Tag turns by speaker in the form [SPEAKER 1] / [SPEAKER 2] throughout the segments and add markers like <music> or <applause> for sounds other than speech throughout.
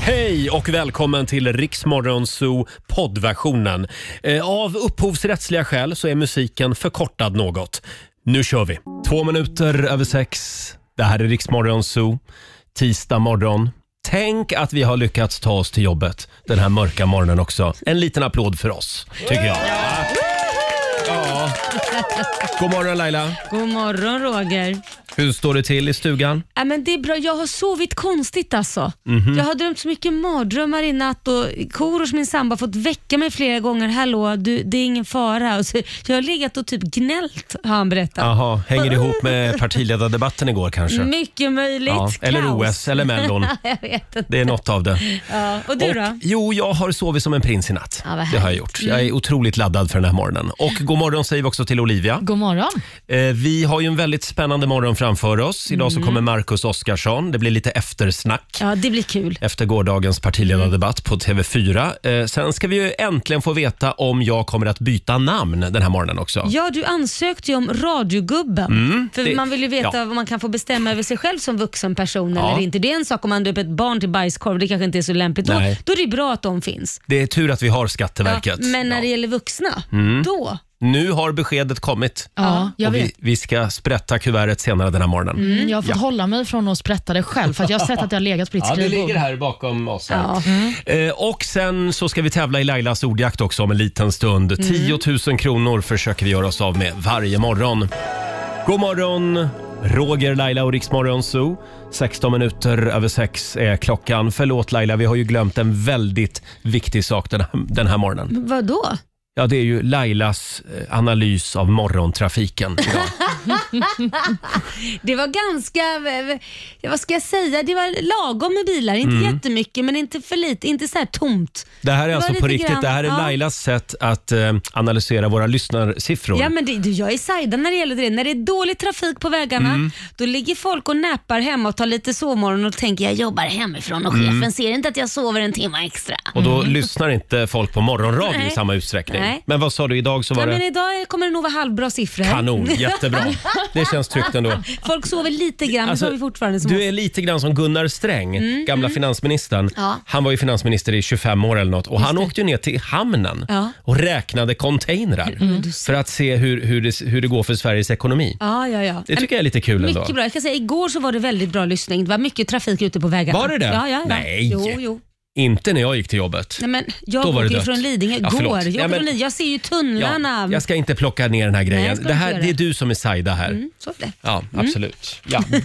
[SPEAKER 1] Hej och välkommen till Riksmorgon Zoo poddversionen. Eh, Av upphovsrättsliga skäl så är musiken förkortad något. Nu kör vi! Två minuter över sex. Det här är Riksmorgon Zoo, tisdag morgon. Tänk att vi har lyckats ta oss till jobbet den här mörka morgonen också. En liten applåd för oss, tycker jag. Ja. God morgon Laila.
[SPEAKER 2] God morgon Roger.
[SPEAKER 1] Hur står det till i stugan?
[SPEAKER 2] Äh, men det är bra. Jag har sovit konstigt alltså.
[SPEAKER 1] Mhm.
[SPEAKER 2] Jag har drömt så mycket mardrömmar i natt och Korosh, min sambo, har fått väcka mig flera gånger. Hallå, du, det är ingen fara. Och så, jag har legat och typ gnällt har han berättat.
[SPEAKER 1] Jaha, hänger det ihop med partiledardebatten igår kanske?
[SPEAKER 2] Mycket möjligt.
[SPEAKER 1] Ja, eller
[SPEAKER 2] Kaos.
[SPEAKER 1] OS eller
[SPEAKER 2] <laughs>
[SPEAKER 1] Mellon.
[SPEAKER 2] jag vet inte.
[SPEAKER 1] Det är något av det.
[SPEAKER 2] Ja. Och du
[SPEAKER 1] Och,
[SPEAKER 2] då?
[SPEAKER 1] jo, jag har sovit som en prins i natt.
[SPEAKER 2] Ja, vad
[SPEAKER 1] det har jag
[SPEAKER 2] härligt. Mm.
[SPEAKER 1] gjort. Jag är otroligt laddad för den här morgonen. Och god morgon säger vi också till Olivia.
[SPEAKER 3] God morgon.
[SPEAKER 1] Eh, vi har ju en väldigt spännande morgon framför oss. Idag
[SPEAKER 2] Mm.
[SPEAKER 1] så kommer Marcus Oskarsson. Det blir lite eftersnack
[SPEAKER 2] Ja, det blir kul.
[SPEAKER 1] efter gårdagens partiledardebatt på TV4. Eh, sen ska vi ju äntligen få veta om jag kommer att byta namn den här morgonen också.
[SPEAKER 2] Ja, du ansökte ju om radiogubben. för
[SPEAKER 1] Mm, det-
[SPEAKER 2] man vill ju veta
[SPEAKER 1] ja.
[SPEAKER 2] om man kan få bestämma över sig själv som vuxen person
[SPEAKER 1] Ja.
[SPEAKER 2] eller inte. Det är en sak om man döper ett barn till bajskorv, det kanske inte är så lämpligt. Då,
[SPEAKER 1] Nej.
[SPEAKER 2] då är det bra att de finns.
[SPEAKER 1] Det är tur att vi har
[SPEAKER 2] Ja,
[SPEAKER 1] Skatteverket.
[SPEAKER 2] men när
[SPEAKER 1] Ja. Mm.
[SPEAKER 2] det gäller vuxna, då?
[SPEAKER 1] Nu har beskedet kommit.
[SPEAKER 3] Ja, jag
[SPEAKER 1] Och vi,
[SPEAKER 3] vet.
[SPEAKER 1] vi ska sprätta kuvertet senare den här morgonen.
[SPEAKER 3] Mm, jag har fått hålla mig från att sprätta det själv för att jag har sett att jag har legat på ditt
[SPEAKER 1] Ja, det
[SPEAKER 3] skrivbord.
[SPEAKER 1] ligger här bakom oss. Här.
[SPEAKER 2] Ja.
[SPEAKER 1] Eh, och sen så ska vi tävla i Lailas ordjakt också om en liten stund.
[SPEAKER 2] Mm.
[SPEAKER 1] 10 000 kronor försöker vi göra oss av med varje morgon. God morgon, Roger, Laila och Riksmorgon Zoo. 16 minuter över sex är klockan. Förlåt Laila, vi har ju glömt en väldigt viktig sak den här, den här morgonen.
[SPEAKER 2] Vad då?
[SPEAKER 1] Ja, det är ju Lailas eh, analys av morgontrafiken.
[SPEAKER 2] <laughs>
[SPEAKER 1] idag.
[SPEAKER 2] Det var ganska, ja, vad ska jag säga, det var lagom med bilar. Inte
[SPEAKER 1] Mm.
[SPEAKER 2] jättemycket men inte för lite, inte så här tomt.
[SPEAKER 1] Det här är
[SPEAKER 2] var
[SPEAKER 1] alltså på
[SPEAKER 2] lite
[SPEAKER 1] riktigt.
[SPEAKER 2] grann-
[SPEAKER 1] det här är
[SPEAKER 2] ja.
[SPEAKER 1] Lailas sätt att eh, analysera våra lyssnarsiffror.
[SPEAKER 2] Ja, men det, du, jag är sajda när det gäller det. När det är dålig trafik på vägarna,
[SPEAKER 1] Mm.
[SPEAKER 2] då ligger folk och näpar hemma och tar lite sovmorgon och tänker jag jobbar hemifrån och chefen
[SPEAKER 1] Mm.
[SPEAKER 2] ser inte att jag sover en timme extra.
[SPEAKER 1] Och då lyssnar inte folk på morgonradio i
[SPEAKER 2] Mm. Nej.
[SPEAKER 1] samma utsträckning.
[SPEAKER 2] Nej.
[SPEAKER 1] Men vad sa du, idag så var
[SPEAKER 2] Ja, men
[SPEAKER 1] det
[SPEAKER 2] idag kommer det nog vara halvbra siffror.
[SPEAKER 1] kanon, jättebra. Det känns tryggt ändå.
[SPEAKER 2] Folk sover lite grann,
[SPEAKER 1] Alltså,
[SPEAKER 2] vi sover fortfarande som Mm.
[SPEAKER 1] Du är lite grann som Gunnar Sträng, gamla finansministern.
[SPEAKER 2] Ja.
[SPEAKER 1] Han var ju finansminister i 25 år eller något och han åkte ju ner till hamnen
[SPEAKER 2] Ja. Mm,
[SPEAKER 1] och räknade containrar för att se hur, hur, det, hur det går för Sveriges ekonomi.
[SPEAKER 2] Ja, ja, ja.
[SPEAKER 1] Det tycker jag är lite kul ändå.
[SPEAKER 2] Mycket bra. Jag kan säga, igår så var det väldigt bra lyssning. Det var mycket trafik ute på vägarna.
[SPEAKER 1] Var det det?
[SPEAKER 2] Ja, ja, ja.
[SPEAKER 1] Nej.
[SPEAKER 2] Jo, jo.
[SPEAKER 1] Inte när jag gick till jobbet.
[SPEAKER 2] Nej, men
[SPEAKER 1] Då
[SPEAKER 2] jag
[SPEAKER 1] var det
[SPEAKER 2] åker ju
[SPEAKER 1] dött.
[SPEAKER 2] från Lidingö
[SPEAKER 1] Ja,
[SPEAKER 2] igår.
[SPEAKER 1] förlåt.
[SPEAKER 2] jag,
[SPEAKER 1] Ja,
[SPEAKER 2] åker från
[SPEAKER 1] men-
[SPEAKER 2] Lidingö. jag ser ju
[SPEAKER 1] Ja,
[SPEAKER 2] tunnlarna.
[SPEAKER 1] jag ska inte plocka ner den här
[SPEAKER 2] Nej,
[SPEAKER 1] grejen.
[SPEAKER 2] ska du
[SPEAKER 1] det, här,
[SPEAKER 2] inte
[SPEAKER 1] det är
[SPEAKER 2] göra. Mm.
[SPEAKER 1] du som är Saida här.
[SPEAKER 2] Så är det.
[SPEAKER 1] Ja, absolut. Ja. Mm.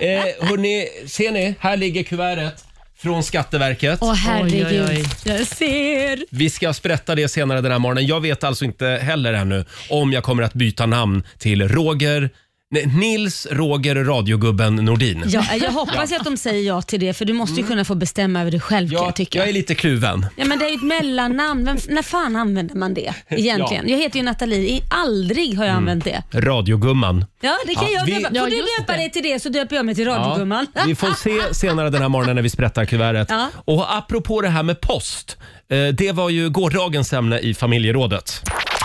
[SPEAKER 1] <laughs> Eh, hörni, ser ni? Här ligger kuvertet från Skatteverket.
[SPEAKER 2] Åh
[SPEAKER 3] oj,
[SPEAKER 2] herregud.
[SPEAKER 3] oj.
[SPEAKER 2] Jag ser.
[SPEAKER 1] Vi ska sprätta det senare den här morgonen. Jag vet alltså inte heller ännu om jag kommer att byta namn till Roger Nej, Nils Roger radiogubben Nordin.
[SPEAKER 2] Ja, jag hoppas att de säger ja till det för du måste ju kunna få bestämma över dig själv kan jag tycka.
[SPEAKER 1] Mm. jag är lite kluven.
[SPEAKER 2] Ja, men det är ju ett mellannamn. Vem, när fan använder
[SPEAKER 1] <laughs>
[SPEAKER 2] man det egentligen? Jag heter ju Nathalie. I- Aldrig har jag använt det.
[SPEAKER 1] Radiogumman.
[SPEAKER 2] Ja, det kan
[SPEAKER 1] Mm. Ja,
[SPEAKER 2] jag
[SPEAKER 1] vi-
[SPEAKER 2] döpa. Får
[SPEAKER 3] Ja,
[SPEAKER 2] du
[SPEAKER 3] just
[SPEAKER 2] döpa
[SPEAKER 3] det.
[SPEAKER 2] dig till det så döper jag mig till radiogumman.
[SPEAKER 1] vi får se senare den här morgonen när vi sprättar kuvertet.
[SPEAKER 2] Ja.
[SPEAKER 1] Och apropå det här med post. eh, Det var ju gårdagens ämne i familjerådet.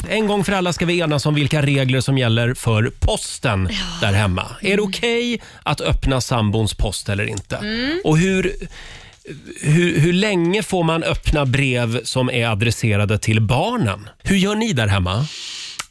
[SPEAKER 1] En gång för alla ska vi enas om vilka regler som gäller för posten där hemma. Är det
[SPEAKER 2] Mm.
[SPEAKER 1] okej att öppna sambons post eller inte?
[SPEAKER 2] Mm.
[SPEAKER 1] Och hur, hur, hur länge får man öppna brev som är adresserade till barnen? Hur gör ni där hemma?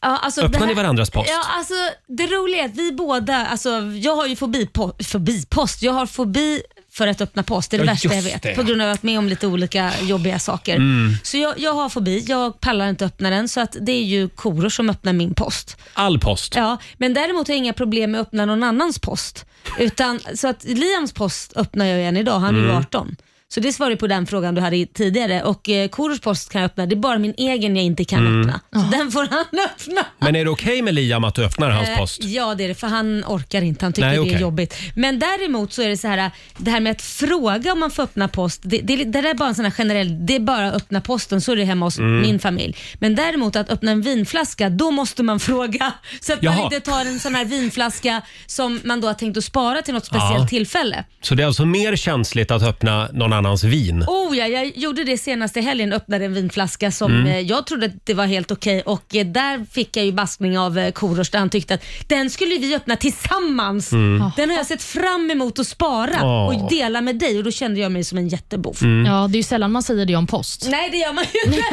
[SPEAKER 2] Ja, alltså
[SPEAKER 1] Öppnar
[SPEAKER 2] det
[SPEAKER 1] ni varandras post?
[SPEAKER 2] Ja, alltså, det roliga är att vi båda, alltså, jag har ju fobi, po- fobi post, jag har fobi för att öppna post, det är det
[SPEAKER 1] Ja,
[SPEAKER 2] värsta jag
[SPEAKER 1] just
[SPEAKER 2] vet.
[SPEAKER 1] det. Mm.
[SPEAKER 2] På grund av att jag varit med om lite olika jobbiga saker. Så jag, jag har fobi, jag pallar inte öppna den, så att det är ju koror som öppnar min post.
[SPEAKER 1] All post?
[SPEAKER 2] Ja, men däremot har jag inga problem med att öppna någon annans post. Utan, så att Liams post öppnar jag ju än idag, han är ju
[SPEAKER 1] Mm.
[SPEAKER 2] 18. Så det svarar ju på den frågan du hade i- tidigare. Och eh, Korors post kan jag öppna, det är bara min egen jag inte
[SPEAKER 1] Mm.
[SPEAKER 2] kan öppna. Så den får han <laughs> öppna.
[SPEAKER 1] Men är det okej med Liam att du öppnar hans
[SPEAKER 2] Eh,
[SPEAKER 1] post?
[SPEAKER 2] Ja, det är det. För han orkar inte. Han tycker
[SPEAKER 1] Nej,
[SPEAKER 2] det
[SPEAKER 1] okej.
[SPEAKER 2] är jobbigt. Men däremot så är det så här, det här med att fråga om man får öppna post. Det, det, det där är bara en sån här generell, det är bara att öppna posten så är det hemma hos
[SPEAKER 1] Mm.
[SPEAKER 2] min familj. Men däremot att öppna en vinflaska, då måste man <laughs> fråga. Så att
[SPEAKER 1] Jaha.
[SPEAKER 2] man inte tar en sån här vinflaska som man då har tänkt att spara till något speciellt
[SPEAKER 1] Ja.
[SPEAKER 2] tillfälle.
[SPEAKER 1] Så det är alltså mer känsligt att öppna någon annans vin.
[SPEAKER 2] Oh ja, jag gjorde det senast i helgen. Öppnade en vinflaska som
[SPEAKER 1] Mm.
[SPEAKER 2] eh, jag trodde att det var helt okej och eh, där fick jag ju baskning av eh, Korosh där han tyckte att den skulle vi öppna tillsammans. Den har jag sett fram emot att spara
[SPEAKER 1] Mm. Ja. Mm.
[SPEAKER 2] och dela med dig och då kände jag mig som en jättebov.
[SPEAKER 3] Ja, det är ju sällan man säger det om post.
[SPEAKER 2] Nej det gör man ju inte.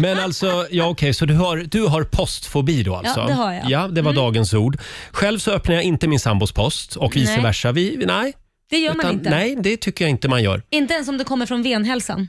[SPEAKER 1] Men alltså, ja okej, så du har, du har postfobi då alltså?
[SPEAKER 2] Ja, det har jag. Mm.
[SPEAKER 1] Ja, det var dagens ord. Själv så öppnar jag inte min sambos post och vice
[SPEAKER 2] Nej.
[SPEAKER 1] versa. Vi, nej,
[SPEAKER 2] Det gör man
[SPEAKER 1] utan,
[SPEAKER 2] inte.
[SPEAKER 1] nej, det tycker jag inte man gör.
[SPEAKER 2] Inte ens om det kommer från venhälsan.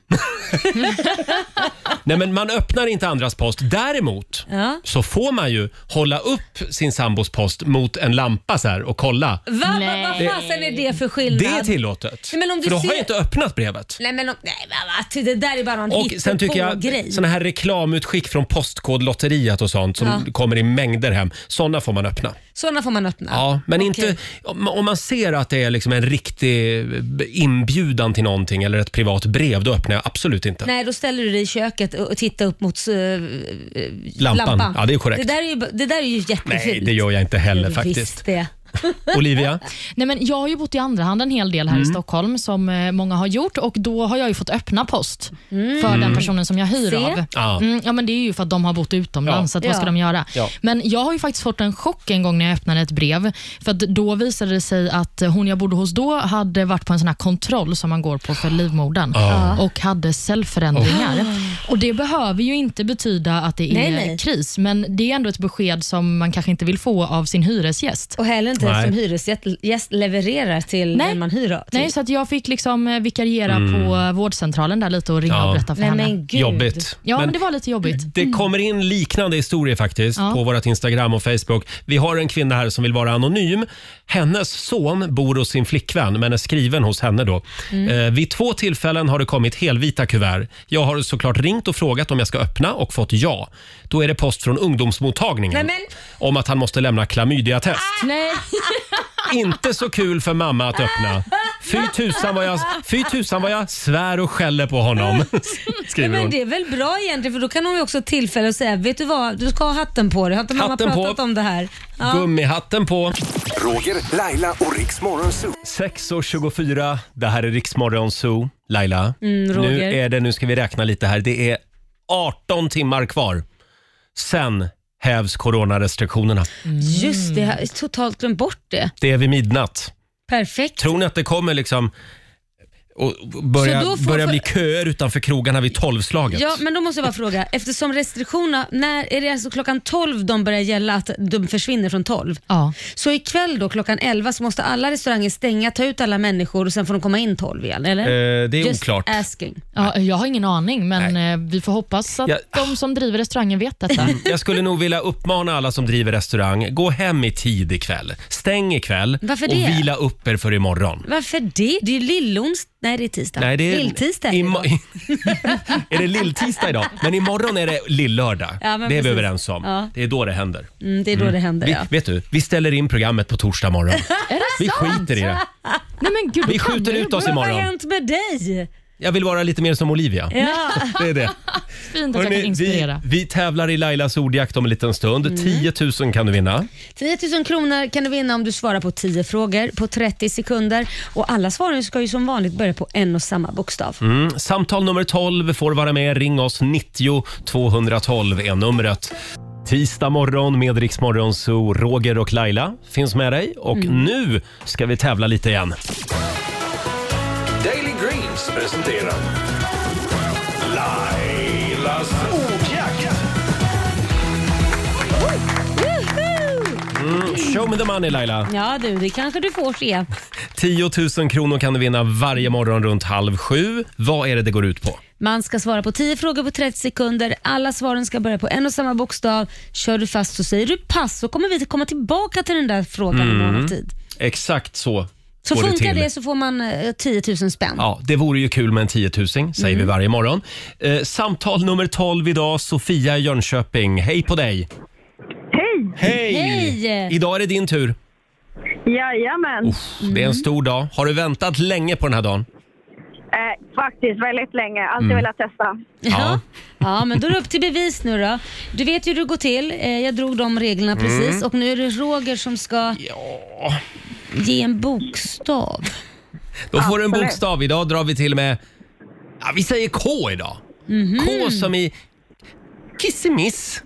[SPEAKER 1] Nej, men man öppnar inte andras post. Däremot
[SPEAKER 2] Ja.
[SPEAKER 1] så får man ju hålla upp sin sambos post mot en lampa så här och kolla.
[SPEAKER 2] Va, va,
[SPEAKER 3] Nej.
[SPEAKER 2] vad fasen är det för
[SPEAKER 1] Det
[SPEAKER 2] skillnad?
[SPEAKER 1] är tillåtet.
[SPEAKER 2] Nej, men om du
[SPEAKER 1] För då har
[SPEAKER 2] ser-
[SPEAKER 1] jag inte öppnat brevet.
[SPEAKER 2] Nej men om- nej, va, va, det där är bara en
[SPEAKER 1] Och sen tycker jag
[SPEAKER 2] grej.
[SPEAKER 1] såna här reklamutskick från Postkodlotteriet och sånt som
[SPEAKER 2] Ja.
[SPEAKER 1] kommer i mängder hem. Såna får man öppna.
[SPEAKER 2] Sådana får man öppna.
[SPEAKER 1] Ja, men
[SPEAKER 2] Okej.
[SPEAKER 1] inte om om man ser att det är liksom en riktig eh, inbjudan till någonting eller ett privat brev, då öppnar jag absolut inte.
[SPEAKER 2] Nej, då ställer du dig i köket och och tittar upp mot eh, eh,
[SPEAKER 1] Lampan. Ja, det är korrekt.
[SPEAKER 2] Det där är ju, det där är ju jättefint.
[SPEAKER 1] Nej, det gör jag inte heller
[SPEAKER 2] Visst
[SPEAKER 1] faktiskt.
[SPEAKER 2] det. <laughs>
[SPEAKER 1] Olivia?
[SPEAKER 3] Nej, men jag har ju bott i andra hand en hel del här i Stockholm, som eh, många har gjort, och då har jag ju fått öppna post för
[SPEAKER 1] Mm.
[SPEAKER 3] den personen som jag hyr
[SPEAKER 2] Se.
[SPEAKER 3] av.
[SPEAKER 1] Ja.
[SPEAKER 3] Mm, ja, men det är ju för att de har bott utomlands,
[SPEAKER 1] Ja.
[SPEAKER 3] så att vad ska
[SPEAKER 2] Ja.
[SPEAKER 3] de göra?
[SPEAKER 1] Ja.
[SPEAKER 3] Men jag har ju faktiskt fått en chock en gång när jag öppnade ett brev, för att då visade det sig att hon jag bodde hos då hade varit på en sån här kontroll som man går på för livmodern
[SPEAKER 1] Ja.
[SPEAKER 3] och hade cellförändringar. Och Det behöver ju inte betyda att det är
[SPEAKER 2] Oh. Nej, nej.
[SPEAKER 3] kris, men det är ändå ett besked som man kanske inte vill få av sin hyresgäst.
[SPEAKER 2] Och heller inte
[SPEAKER 1] Nej.
[SPEAKER 2] som hyresgäst gäst levererar till
[SPEAKER 3] Nej.
[SPEAKER 2] den man hyr av. typ. till.
[SPEAKER 3] Nej, så att jag fick liksom eh, vikariera på vårdcentralen där lite och ringa
[SPEAKER 1] Mm. Ja. Mm.
[SPEAKER 3] och berätta för
[SPEAKER 2] Nej
[SPEAKER 3] henne.
[SPEAKER 2] men gud.
[SPEAKER 1] Jobbigt.
[SPEAKER 3] Ja, men, det var lite jobbigt.
[SPEAKER 1] Det
[SPEAKER 2] Mm.
[SPEAKER 1] kommer in liknande historier faktiskt
[SPEAKER 3] Ja.
[SPEAKER 1] på vårt Instagram och Facebook. Vi har en kvinna här som vill vara anonym. Hennes son bor hos sin flickvän men är skriven hos henne då.
[SPEAKER 2] Mm.
[SPEAKER 1] Eh, vid två tillfällen har det kommit helvita kuvert. Jag har såklart ringt och frågat om jag ska öppna och fått ja. Då är det post från ungdomsmottagningen
[SPEAKER 2] Nej, men- Ah!
[SPEAKER 1] om att han måste lämna klamydiatest.
[SPEAKER 3] Nej.
[SPEAKER 1] <laughs> Inte så kul för mamma att öppna. Fy tusan vad jag, fy tusan vad jag svär och skäller på honom,
[SPEAKER 2] <laughs> Nej,
[SPEAKER 1] skriver
[SPEAKER 2] men
[SPEAKER 1] hon.
[SPEAKER 2] det är väl bra egentligen för då kan hon ju också ha tillfälle att säga, vet du vad, du ska ha hatten på dig. Har inte mamma
[SPEAKER 1] Hatten på.
[SPEAKER 2] pratat om det här? Ja.
[SPEAKER 1] Gummihatten på.
[SPEAKER 4] Roger, Laila och Riks Morgonzoo.
[SPEAKER 1] 6.24, det här är Riksmorgon Zoo. Laila,
[SPEAKER 2] Mm, Roger.
[SPEAKER 1] nu, är det, nu ska vi räkna lite här. Det är 18 timmar kvar. Sen hävs coronarestriktionerna.
[SPEAKER 2] Mm. Just det, jag har totalt glömt bort det.
[SPEAKER 1] Det är vid midnatt.
[SPEAKER 2] Perfekt.
[SPEAKER 1] Tror ni att det kommer liksom och börja,
[SPEAKER 2] Så då får-
[SPEAKER 1] börja bli köer utanför krogarna vid tolvslaget?
[SPEAKER 2] Ja, men då måste jag bara fråga, eftersom restriktionerna, när är det alltså klockan 12 de börjar gälla att de försvinner från 12?
[SPEAKER 3] Ja.
[SPEAKER 2] Så ikväll då klockan 11 så måste alla restauranger stänga, ta ut alla människor och sen får de komma in 12 igen, eller?
[SPEAKER 1] Eh, det är
[SPEAKER 2] Just
[SPEAKER 1] oklart.
[SPEAKER 2] asking.
[SPEAKER 3] Ja, jag har ingen aning, men eh, vi får hoppas att
[SPEAKER 1] Jag-
[SPEAKER 3] de som driver restaurangen vet detta.
[SPEAKER 1] Jag skulle nog vilja uppmana alla som driver restaurang, gå hem i tid ikväll. Stäng ikväll
[SPEAKER 2] Varför
[SPEAKER 1] och
[SPEAKER 2] det?
[SPEAKER 1] vila upp er för imorgon.
[SPEAKER 2] Varför det? Det är ju lillons... Nej, det är tisdag.
[SPEAKER 1] Nej, det är,
[SPEAKER 2] Lilltisdag.
[SPEAKER 1] imma-
[SPEAKER 2] idag.
[SPEAKER 1] <laughs> är det lilltisdag idag? Men imorgon är det lillördag.
[SPEAKER 2] Ja,
[SPEAKER 1] det är
[SPEAKER 2] men
[SPEAKER 1] vi
[SPEAKER 2] precis.
[SPEAKER 1] överens om.
[SPEAKER 2] Ja.
[SPEAKER 1] Det är då det händer.
[SPEAKER 2] Mm, det är då det händer,
[SPEAKER 1] Vi,
[SPEAKER 2] ja.
[SPEAKER 1] Vet du, vi ställer in programmet på torsdag
[SPEAKER 2] <laughs>
[SPEAKER 1] morgon.
[SPEAKER 3] är det
[SPEAKER 1] Vi
[SPEAKER 3] sant?
[SPEAKER 1] skiter i det.
[SPEAKER 3] Nej, men gud, då
[SPEAKER 1] Vi
[SPEAKER 3] kan
[SPEAKER 1] skjuter
[SPEAKER 3] vi
[SPEAKER 1] ut oss
[SPEAKER 2] Men Vad har
[SPEAKER 1] imorgon.
[SPEAKER 2] hänt med dig?
[SPEAKER 1] Jag vill vara lite mer som Olivia.
[SPEAKER 2] Ja. <laughs>
[SPEAKER 1] Det är det.
[SPEAKER 3] Fint att jag kan
[SPEAKER 1] Hörrni, vi,
[SPEAKER 3] inspirera.
[SPEAKER 1] vi tävlar i Lailas ordjakt om en liten stund.
[SPEAKER 2] Mm.
[SPEAKER 1] 10 000 kan du vinna.
[SPEAKER 2] 10 000 kronor kan du vinna om du svarar på 10 frågor på 30 sekunder. Och alla svaren ska ju som vanligt börja på en och samma bokstav.
[SPEAKER 1] Mm. Samtal nummer 12 får vara med. Ring oss 90 212 är numret. Tisdag morgon med Rix Morgon, så Roger och Laila finns med dig. Och nu ska vi tävla lite igen.
[SPEAKER 4] Daily Greens presenterar Lailas ordjakt.
[SPEAKER 1] Mm, Show me the money Laila.
[SPEAKER 2] Ja du, det kanske du får se.
[SPEAKER 1] 10 000 kronor kan du vinna varje morgon runt halv sju. Vad är det det går ut på?
[SPEAKER 2] Man ska svara på 10 frågor på 30 sekunder. Alla svaren ska börja på en och samma bokstav. Kör du fast så säger du pass så kommer vi komma tillbaka till den där frågan i mån av tid.
[SPEAKER 1] Exakt så
[SPEAKER 2] Så
[SPEAKER 1] går
[SPEAKER 2] funkar
[SPEAKER 1] till.
[SPEAKER 2] det så Mm. får man eh, 10 000 spänn.
[SPEAKER 1] Ja, det vore ju kul med en 10 000 säger
[SPEAKER 2] Mm.
[SPEAKER 1] vi varje morgon. Eh, samtal nummer 12 idag, Sofia i Jönköping. Hej på dig!
[SPEAKER 5] Hej!
[SPEAKER 1] Hej!
[SPEAKER 2] Hej!
[SPEAKER 1] Idag är det din tur.
[SPEAKER 5] Jajamän.
[SPEAKER 1] Det är
[SPEAKER 2] Mm.
[SPEAKER 1] en stor dag. Har du väntat länge på den här dagen?
[SPEAKER 5] Eh, faktiskt väldigt länge.
[SPEAKER 1] Mm.
[SPEAKER 5] Alltid velat testa.
[SPEAKER 1] Ja.
[SPEAKER 2] Ja. <laughs> ja, men då är det upp till bevis nu då. Du vet ju hur det går till. Eh, Jag drog de reglerna precis och nu är det Roger som ska ge en bokstav.
[SPEAKER 1] Då får du en
[SPEAKER 5] Absolut.
[SPEAKER 1] bokstav. Idag drar vi till med Ja, vi säger K idag.
[SPEAKER 2] Mhm.
[SPEAKER 1] K som i kissemiss.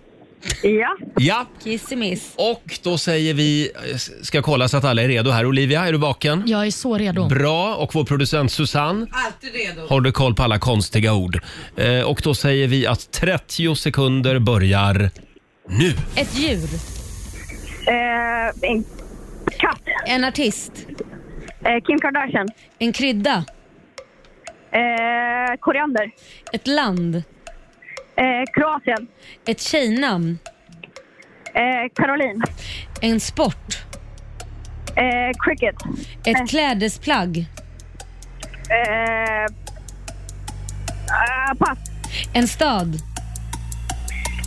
[SPEAKER 5] Ja,
[SPEAKER 1] Ja,
[SPEAKER 2] Kissemiss.
[SPEAKER 1] och då säger vi, eh, ska kolla så att alla är redo här. Olivia, är du vaken?
[SPEAKER 3] Jag är så redo.
[SPEAKER 1] Bra, och vår producent Susanne
[SPEAKER 6] Alltid redo.
[SPEAKER 1] har du koll på alla konstiga ord. Eh, och då säger vi att 30 sekunder börjar nu.
[SPEAKER 2] Ett djur.
[SPEAKER 5] eh, en katt.
[SPEAKER 2] En artist.
[SPEAKER 5] Eh, Kim Kardashian.
[SPEAKER 2] En krydda.
[SPEAKER 5] Eh, koriander.
[SPEAKER 2] Ett land.
[SPEAKER 5] Eh, Kroatien.
[SPEAKER 2] Ett tjejnamn.
[SPEAKER 5] Eh, Caroline.
[SPEAKER 2] En sport.
[SPEAKER 5] Eh, cricket.
[SPEAKER 2] Ett klädesplagg.
[SPEAKER 5] Eh, ah, pass.
[SPEAKER 2] En stad.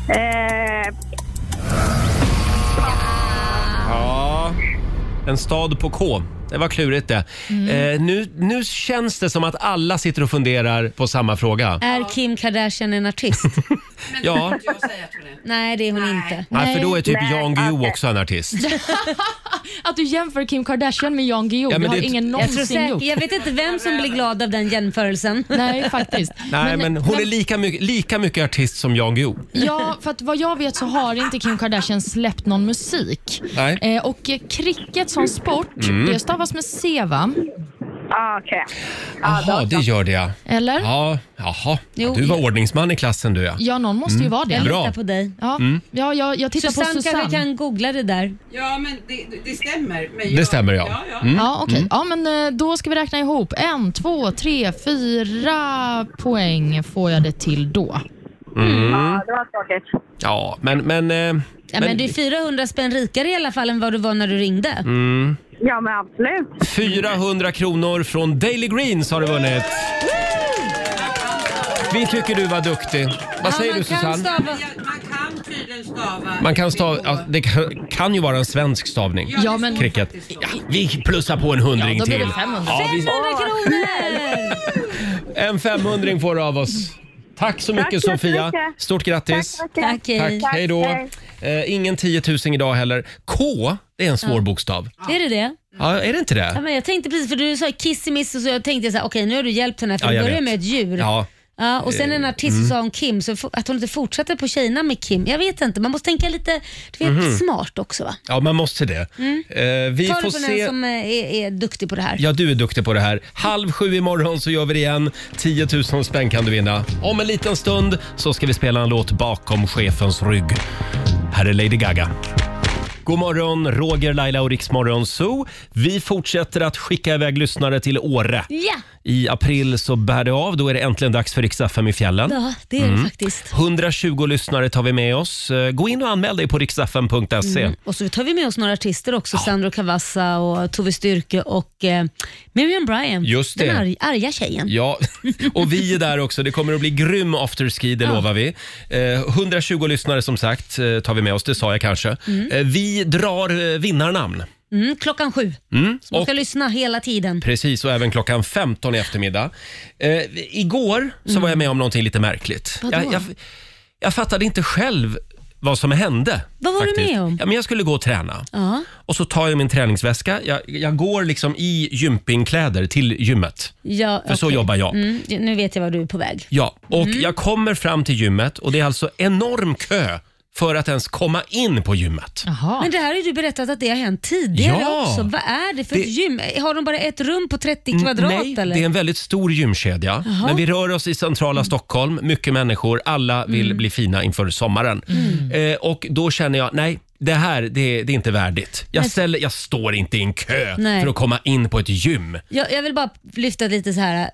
[SPEAKER 5] Eh,
[SPEAKER 1] Ja. En stad på K. Det var klurigt det. Eh, nu, nu känns det som att alla sitter och funderar på samma fråga.
[SPEAKER 2] Är Kim Kardashian
[SPEAKER 1] <laughs>
[SPEAKER 2] en artist?
[SPEAKER 1] Ja,
[SPEAKER 6] Jag säger till det.
[SPEAKER 2] Nej, det är hon inte.
[SPEAKER 1] Nej, för då är typ
[SPEAKER 5] Nej.
[SPEAKER 1] Jan Guillou också en artist.
[SPEAKER 3] Att du jämför Kim Kardashian med Jan Guillou,
[SPEAKER 1] Ja, men
[SPEAKER 3] det har
[SPEAKER 1] det-
[SPEAKER 3] ingen
[SPEAKER 2] Jag, tror
[SPEAKER 3] någonsin gjort.
[SPEAKER 2] säkert, jag vet inte vem som blir glad av den jämförelsen.
[SPEAKER 3] Nej, faktiskt.
[SPEAKER 1] <laughs> Nej, men, hon är lika, my- lika mycket artist som Jan Guillou.
[SPEAKER 3] Ja, för att vad jag vet så har inte Kim Kardashian släppt någon musik.
[SPEAKER 1] Nej. Mm.
[SPEAKER 3] Eh, och eh, cricket som sport, det stavas med C va?
[SPEAKER 5] ah, Okej.
[SPEAKER 1] Jaha, det gör det ja.
[SPEAKER 3] Eller? Ja,
[SPEAKER 1] ja jaha,
[SPEAKER 2] Jo,
[SPEAKER 1] du var
[SPEAKER 2] ja.
[SPEAKER 1] ordningsman i klassen du ja.
[SPEAKER 3] någon måste ju vara det.
[SPEAKER 1] Mm. Bra. Mm.
[SPEAKER 2] Titta på dig.
[SPEAKER 3] Ja, ja jag, jag tittar
[SPEAKER 2] Susanne
[SPEAKER 3] på Susanne.
[SPEAKER 2] kanske kan googla det där.
[SPEAKER 6] Ja, men det, det- det stämmer. Men
[SPEAKER 1] Det stämmer, ja. Mm.
[SPEAKER 6] ja, ja.
[SPEAKER 2] Mm.
[SPEAKER 3] Ja, okej. Ja, men eh, då ska vi räkna ihop. En, två, tre, fyra poäng får jag det till då.
[SPEAKER 1] Mm.
[SPEAKER 5] Ah, det var tråkigt.
[SPEAKER 1] Ja, men... men, eh,
[SPEAKER 2] Ja, men
[SPEAKER 1] men
[SPEAKER 2] du är 400 spänn rikare i alla fall än vad du var när du ringde.
[SPEAKER 1] Mm.
[SPEAKER 5] Ja, men absolut.
[SPEAKER 1] 400 kronor från Daily Greens har du vunnit. Vi tycker du var duktig. Vad säger
[SPEAKER 2] man
[SPEAKER 1] du
[SPEAKER 2] kan
[SPEAKER 1] Susanne?
[SPEAKER 2] stava-
[SPEAKER 6] Ja, Man kan tydligen stava.
[SPEAKER 1] Man kan stav,
[SPEAKER 6] på-
[SPEAKER 1] ja, det kan- kan ju vara en svensk stavning.
[SPEAKER 6] det
[SPEAKER 3] Ja, men-
[SPEAKER 6] står
[SPEAKER 1] Cricket.
[SPEAKER 6] faktiskt så.
[SPEAKER 1] Ja, vi plussar på en hundring
[SPEAKER 3] Ja, då blir det
[SPEAKER 1] till.
[SPEAKER 3] 500.
[SPEAKER 1] Ja, vi,
[SPEAKER 2] 500 kronor!
[SPEAKER 1] en femhundring får du av oss. Tack så mycket
[SPEAKER 5] så
[SPEAKER 1] Sofia.
[SPEAKER 5] mycket.
[SPEAKER 1] Stort
[SPEAKER 5] Tack
[SPEAKER 1] grattis.
[SPEAKER 5] så mycket.
[SPEAKER 2] Tack, hej.
[SPEAKER 1] Tack, hej då.
[SPEAKER 5] Hej.
[SPEAKER 1] Eh, ingen 10 000 idag heller. K, det är en svår bokstav.
[SPEAKER 2] Är det det?
[SPEAKER 1] Ja, är det inte
[SPEAKER 2] Ja,
[SPEAKER 1] det?
[SPEAKER 2] men jag tänkte precis, för du sa kissemiss och så jag tänkte så här, okej nu har du hjälpt henne för
[SPEAKER 1] Ja,
[SPEAKER 2] du
[SPEAKER 1] jag
[SPEAKER 2] började
[SPEAKER 1] vet.
[SPEAKER 2] med ett djur. Ja.
[SPEAKER 1] Ja,
[SPEAKER 2] och sen en artist
[SPEAKER 1] Mm.
[SPEAKER 2] så sa hon Kim, så fo- att hon inte fortsätter på tjejerna med Kim. Jag vet inte, man måste tänka lite du vet, smart också va?
[SPEAKER 1] ja man måste det. Eh, Mhm. vi
[SPEAKER 2] Ta det
[SPEAKER 1] får
[SPEAKER 2] på någon
[SPEAKER 1] se.
[SPEAKER 2] som eh, är, är duktig på det här.
[SPEAKER 1] Ja, du är duktig på det här. Halv sju imorgon så gör vi det igen. 10 000 spänn kan du vinna. Om en liten stund så ska vi spela en låt bakom chefens rygg. Här är Lady Gaga. God morgon, Roger, Laila och Riksmorgon Zoo. Vi fortsätter att skicka iväg lyssnare till Åre.
[SPEAKER 2] Ja,
[SPEAKER 1] I april så bär det av. Då är det äntligen dags för Rix FM i fjällen.
[SPEAKER 2] ja det är
[SPEAKER 1] Mm.
[SPEAKER 2] det faktiskt.
[SPEAKER 1] 120 lyssnare tar vi med oss. Eh, Gå in och anmäl dig på riksfm.se.
[SPEAKER 2] Och så tar vi med oss några artister också, Sandro Cavazza och Tove Styrke och eh, Miriam Bryant.
[SPEAKER 1] Just det.
[SPEAKER 2] Den arg, arga tjejen.
[SPEAKER 1] Ja, och vi är där också. Det kommer att bli grym afterski, det lovar vi. Eh, 120 lyssnare som sagt eh, tar vi med oss, det sa jag kanske. Eh, vi drar eh, vinnarnamn.
[SPEAKER 2] Mm, klockan sju. Så man ska lyssna hela tiden.
[SPEAKER 1] Precis, och även klockan 15 i eftermiddag. Eh, igår så var jag med om någonting lite märkligt.
[SPEAKER 2] Mm. Vadå?
[SPEAKER 1] Jag, jag, jag fattade inte själv vad som hände.
[SPEAKER 2] Vad var du med om?
[SPEAKER 1] Ja, men jag skulle gå och träna.
[SPEAKER 2] Ja.
[SPEAKER 1] Och så tar jag min träningsväska. Jag, jag går liksom i gympingkläder till gymmet.
[SPEAKER 2] Ja,
[SPEAKER 1] För så
[SPEAKER 2] okej.
[SPEAKER 1] jobbar jag.
[SPEAKER 2] Mm, nu vet jag var du är på väg.
[SPEAKER 1] Ja, och
[SPEAKER 2] Mm.
[SPEAKER 1] jag kommer fram till gymmet och det är alltså enorm kö för att ens komma in på gymmet.
[SPEAKER 3] Jaha.
[SPEAKER 2] Men det här har ju du berättat att det har hänt tidigare
[SPEAKER 1] Ja.
[SPEAKER 2] också. Vad är det för
[SPEAKER 1] Det- Mm,
[SPEAKER 2] ett gym? Har de bara ett rum på 30 kvadrat
[SPEAKER 1] Nej,
[SPEAKER 2] eller? Mm.
[SPEAKER 1] det är en väldigt stor gymkedja. Men vi rör oss i centrala Stockholm, mycket människor, alla vill bli fina inför sommaren.
[SPEAKER 2] Mm.
[SPEAKER 1] Eh, och då känner jag, nej, det här det, är- det är inte värdigt. Jag, ställer, jag står inte i en kö
[SPEAKER 2] Nej.
[SPEAKER 1] för att komma in på ett gym.
[SPEAKER 2] jag, jag vill bara lyfta lite så här äh,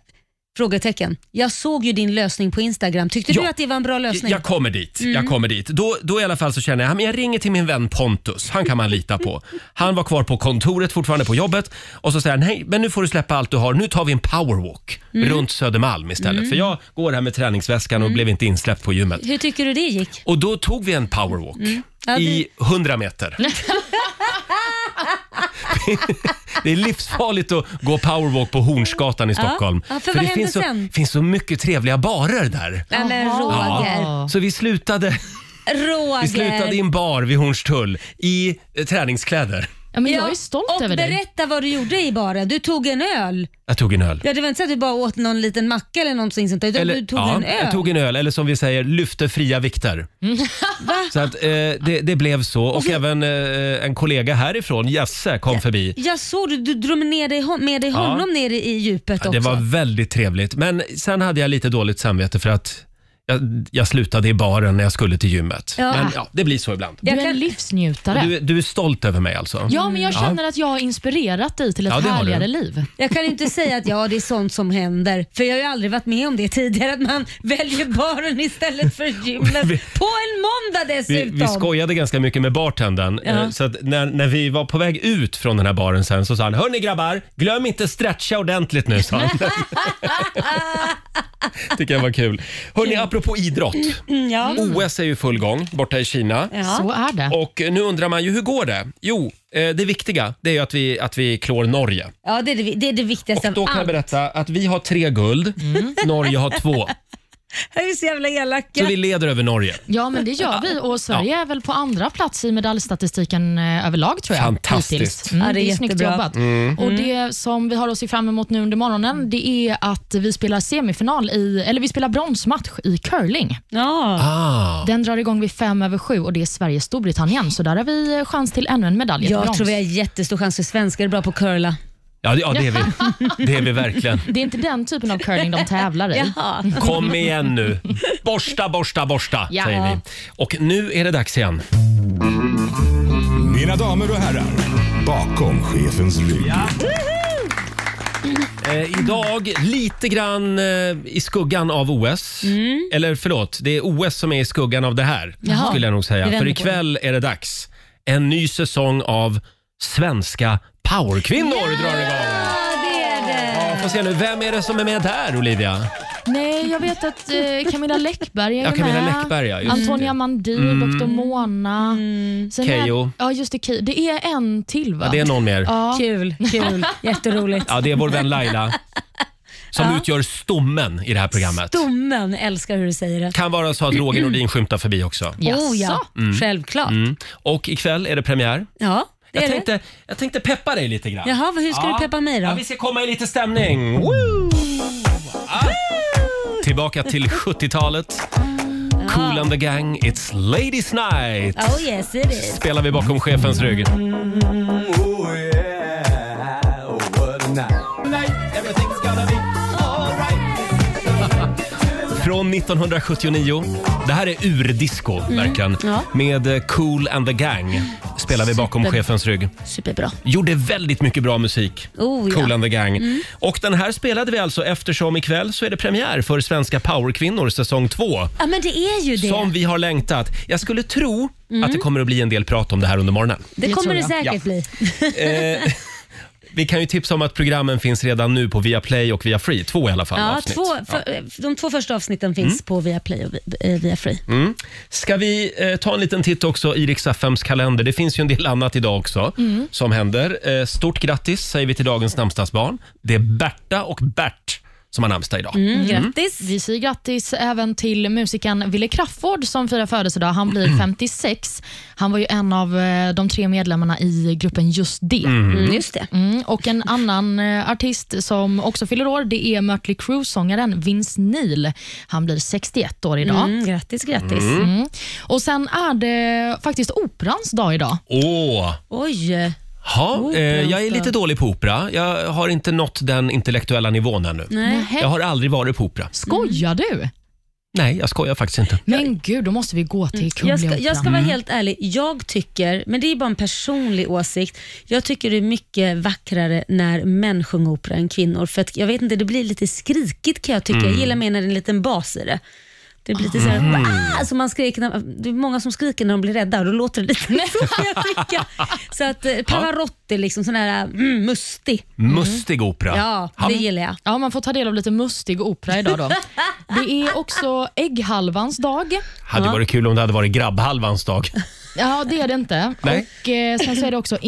[SPEAKER 2] frågetecken. Jag såg ju din lösning på Instagram. Tyckte
[SPEAKER 1] Ja.
[SPEAKER 2] du att det var en bra
[SPEAKER 1] Jag-
[SPEAKER 2] lösning? Mm.
[SPEAKER 1] Jag kommer dit. Jag kommer dit. Då, då i alla fall så känner jag att jag ringer till min vän Pontus. Han kan man lita på. Han var kvar på kontoret, fortfarande på jobbet. Och så säger han, hej, men nu får du släppa allt du har. Nu tar vi en powerwalk
[SPEAKER 2] Mm.
[SPEAKER 1] runt Södermalm istället. För jag går här med träningsväskan och blev inte insläppt på gymmet.
[SPEAKER 2] Hur tycker du det gick?
[SPEAKER 1] Och då tog vi en powerwalk
[SPEAKER 2] Mm. Ja, det-
[SPEAKER 1] i 100
[SPEAKER 2] <laughs>
[SPEAKER 1] meter. det är livsfarligt att gå powerwalk på Hornsgatan i Stockholm.
[SPEAKER 2] ja, för vad
[SPEAKER 1] det
[SPEAKER 2] hände
[SPEAKER 1] finns så,
[SPEAKER 2] sen?
[SPEAKER 1] finns så mycket trevliga barer där.
[SPEAKER 2] Nej men Roger.
[SPEAKER 3] Ja.
[SPEAKER 1] Så vi slutade
[SPEAKER 2] Roger.
[SPEAKER 1] vi slutade i en bar vid Hornstull i eh, träningskläder.
[SPEAKER 3] Ja, men jag är stolt
[SPEAKER 2] och
[SPEAKER 3] över dig.
[SPEAKER 2] berätta vad du gjorde i baren. Du tog en öl.
[SPEAKER 1] Jag tog en öl.
[SPEAKER 2] Ja, det var inte så att du bara åt någon liten macka eller någonting sånt där, utan du tog
[SPEAKER 1] ja,
[SPEAKER 2] en öl.
[SPEAKER 1] Jag tog en öl, eller som vi säger, lyfte fria
[SPEAKER 2] <laughs>
[SPEAKER 1] vikter. så att, eh, det, det blev så. Och
[SPEAKER 2] Alltså-
[SPEAKER 1] även eh, en kollega härifrån, Jesse, kom förbi.
[SPEAKER 2] Jag såg det, du drog ner dig, hon- med dig
[SPEAKER 1] Ja.
[SPEAKER 2] honom ner i i djupet också.
[SPEAKER 1] Det var väldigt trevligt. Men sen hade jag lite dåligt samvete för att jag, jag slutade i baren när jag skulle till gymmet.
[SPEAKER 2] Ja.
[SPEAKER 1] Men ja, det blir så ibland.
[SPEAKER 3] Du
[SPEAKER 2] Jag
[SPEAKER 3] är en
[SPEAKER 2] kan-
[SPEAKER 3] livsnjutare.
[SPEAKER 1] Du, du är stolt över mig alltså?
[SPEAKER 3] Ja, men jag känner att jag har inspirerat dig till ett
[SPEAKER 1] Ja, det har du.
[SPEAKER 3] härligare liv.
[SPEAKER 2] Jag kan inte säga att ja, det är sånt som händer, för jag har ju aldrig varit med om det tidigare, att man väljer baren istället för gymmet. På en måndag
[SPEAKER 1] Vi,
[SPEAKER 2] dessutom!
[SPEAKER 1] vi skojade ganska mycket med bartendern.
[SPEAKER 2] Ja.
[SPEAKER 1] eh, Så att när, när vi var på väg ut från den här baren sen så sa han “Hörni grabbar, glöm inte stretcha ordentligt nu” sa
[SPEAKER 2] <laughs>
[SPEAKER 1] han. Tycker jag var kul. Hörni, apropå idrott.
[SPEAKER 2] Mm, ja.
[SPEAKER 1] OS är ju i full gång borta i Kina.
[SPEAKER 2] Ja.
[SPEAKER 3] Så är det.
[SPEAKER 1] Och nu undrar man ju, hur går det? Jo, eh, det viktiga det är ju att vi, att vi klår Norge.
[SPEAKER 2] ja, det är det, vi- det, är det viktigaste
[SPEAKER 1] Och då
[SPEAKER 2] av
[SPEAKER 1] kan jag
[SPEAKER 2] Liksom allt. Mm.
[SPEAKER 1] berätta att vi har tre guld, Norge har två.
[SPEAKER 2] Jag är så jävla
[SPEAKER 1] Så
[SPEAKER 2] elaka.
[SPEAKER 1] vi leder över Norge.
[SPEAKER 3] Ja, men det gör vi. Och Sverige är väl på andra plats i medaljstatistiken eh, överlag tror jag.
[SPEAKER 1] Fantastiskt.
[SPEAKER 3] hittills. Mm,
[SPEAKER 2] Ja, det är
[SPEAKER 3] snyggt
[SPEAKER 2] jättebra. Mm.
[SPEAKER 3] jobbat. Och Det som vi har att se fram emot nu under morgonen det är att vi spelar semifinal i, eller vi spelar bronsmatch i curling.
[SPEAKER 2] Ja.
[SPEAKER 1] Ah.
[SPEAKER 3] Den drar igång vid fem över sju och det är Sverige-Storbritannien. Så där har vi eh, chans till ännu en medalj. ett
[SPEAKER 2] Jag
[SPEAKER 3] brons.
[SPEAKER 2] tror vi har jättestor chans för svenskar är bra på att curla.
[SPEAKER 1] Ja, det- ja, det är vi.
[SPEAKER 2] <laughs>
[SPEAKER 1] Det är vi verkligen.
[SPEAKER 3] Det är inte den typen av curling de tävlar i.
[SPEAKER 2] Jaha.
[SPEAKER 1] Kom igen nu. Borsta, borsta, borsta,
[SPEAKER 3] Ja.
[SPEAKER 1] säger vi. Och nu är det dags igen.
[SPEAKER 7] Mina damer och herrar, bakom chefens rygg.
[SPEAKER 1] Eh, idag lite grann eh, i skuggan av OS. Eller förlåt, det är OS som är i skuggan av det här.
[SPEAKER 2] Jaha.
[SPEAKER 1] Skulle jag nog
[SPEAKER 2] Vi
[SPEAKER 1] säga.
[SPEAKER 2] vänder
[SPEAKER 1] För
[SPEAKER 2] på
[SPEAKER 1] ikväll är det dags. En ny säsong av Svenska powerkvinnor drar igång.
[SPEAKER 2] Ja, det är det.
[SPEAKER 1] Ja, får se nu. Vem är det som är med där, Olivia?
[SPEAKER 3] Nej, jag vet att eh, Camilla Läckberg är
[SPEAKER 1] Ja,
[SPEAKER 3] ju
[SPEAKER 1] Camilla
[SPEAKER 3] med.
[SPEAKER 1] Läckberg, ja, just
[SPEAKER 3] Antonia
[SPEAKER 1] det. Mm.
[SPEAKER 3] Mandin, Dr. Mona.
[SPEAKER 2] Mm.
[SPEAKER 3] Sen är-
[SPEAKER 1] Keyyo.
[SPEAKER 3] Ja, just det. Keyyo. Det är en till va?
[SPEAKER 1] Ja, det är någon mer.
[SPEAKER 3] Ja.
[SPEAKER 2] Kul, <laughs> kul. Jätteroligt.
[SPEAKER 1] Ja, det är vår vän Laila som utgör stommen i det här programmet.
[SPEAKER 2] Stommen älskar hur du säger det.
[SPEAKER 1] Kan vara så att Roger Nordin skymtar förbi också.
[SPEAKER 3] Jaså?
[SPEAKER 2] Oh ja, självklart.
[SPEAKER 1] Mm. Och ikväll är det premiär.
[SPEAKER 2] Ja, det
[SPEAKER 1] Jag
[SPEAKER 2] är det.
[SPEAKER 1] tänkte, jag tänkte peppa dig lite grann.
[SPEAKER 2] Jaha, hur ska du peppa mig då? Mm.
[SPEAKER 1] Ja, vi ska komma i lite stämning. Woo! Ah. Tillbaka
[SPEAKER 2] <laughs>
[SPEAKER 1] till 70-talet. Cool and the Gang, It's Ladies Night.
[SPEAKER 2] Oh yes it is.
[SPEAKER 1] Spelar vi bakom chefens rygg. Från 1979. Det här är urdisco, verkligen.
[SPEAKER 2] Mm. ja.
[SPEAKER 1] Med eh, Cool and the Gang spelar vi bakom
[SPEAKER 2] Super.
[SPEAKER 1] chefens rygg.
[SPEAKER 2] Superbra.
[SPEAKER 1] Gjorde väldigt mycket bra musik.
[SPEAKER 2] Oh, ja.
[SPEAKER 1] cool and the Gang. Och den här spelade vi alltså eftersom ikväll så är det premiär för Svenska powerkvinnor säsong 2.
[SPEAKER 2] Ja men det är Mm. ju det.
[SPEAKER 1] Som vi har längtat. Jag skulle tro att det kommer att bli en del prat om det här under morgonen.
[SPEAKER 2] det
[SPEAKER 3] Det
[SPEAKER 2] kommer
[SPEAKER 3] tror
[SPEAKER 2] det
[SPEAKER 3] jag.
[SPEAKER 2] säkert
[SPEAKER 1] Ja.
[SPEAKER 2] bli.
[SPEAKER 1] Eh, vi kan ju tipsa om att programmen finns redan nu på Viaplay och Viafree. Två i alla fall.
[SPEAKER 2] Ja,
[SPEAKER 1] avsnitt.
[SPEAKER 2] två, för, eh, de två första avsnitten finns på Viaplay och Vi- eh, Viafree.
[SPEAKER 1] Ska vi eh, ta en liten titt också i Rix FMs kalender? Det finns ju en del annat idag också
[SPEAKER 2] Mm.
[SPEAKER 1] som händer. Eh, stort grattis säger vi till dagens namnsdagsbarn. Det är Berta och Bert som har namnsdag idag.
[SPEAKER 2] Mm. Grattis.
[SPEAKER 3] Vi säger grattis även till musikern Wille Crafoord som firar födelsedag. Han blir 56. Han var ju en av eh, de tre medlemmarna i gruppen Just det.
[SPEAKER 2] Mm, just det.
[SPEAKER 3] Mm, och En annan eh, artist som också fyller år det är Mötley Crüe-sångaren Vince Neil. Han blir 61 år idag.
[SPEAKER 2] Mm, grattis, grattis.
[SPEAKER 3] Mm. Och Sen är det faktiskt operans dag idag.
[SPEAKER 1] Åh!
[SPEAKER 2] Oj. Oh,
[SPEAKER 1] Ja, eh, jag är
[SPEAKER 2] Operans
[SPEAKER 1] lite
[SPEAKER 2] dag.
[SPEAKER 1] dålig på opera. Jag har inte nått den intellektuella nivån ännu.
[SPEAKER 2] Nej.
[SPEAKER 3] Nähä.
[SPEAKER 1] Jag har aldrig varit på opera.
[SPEAKER 3] Skojar du?
[SPEAKER 1] Nej, jag skojar faktiskt inte.
[SPEAKER 3] Men gud, då måste vi gå till Kungliga
[SPEAKER 2] Mm. Jag ska,
[SPEAKER 3] Operan.
[SPEAKER 2] jag ska vara
[SPEAKER 1] Mm.
[SPEAKER 2] helt ärlig, jag tycker, men det är bara en personlig åsikt, jag tycker det är mycket vackrare när män sjunger opera än kvinnor. För att, jag vet inte, det blir lite skrikigt kan jag tycka.
[SPEAKER 1] Mm.
[SPEAKER 2] Jag gillar mer när det är en liten bas i det. Det blir lite såhär, ah, så man skriker när, det är många som skriker när de blir rädda och då låter det lite <laughs> så kan jag tycka. Så att eh, Pavarotti, liksom sån här mm, mustig.
[SPEAKER 1] Mustig opera.
[SPEAKER 2] Ja, det gillar jag.
[SPEAKER 3] Ja, man får ta del av lite mustig opera
[SPEAKER 2] <laughs>
[SPEAKER 3] idag då. Det är också ägghalvans dag.
[SPEAKER 1] Hade varit kul om det hade varit grabbhalvans dag.
[SPEAKER 3] Ja, det är det inte.
[SPEAKER 1] Nej.
[SPEAKER 3] Och, eh, sen så är det också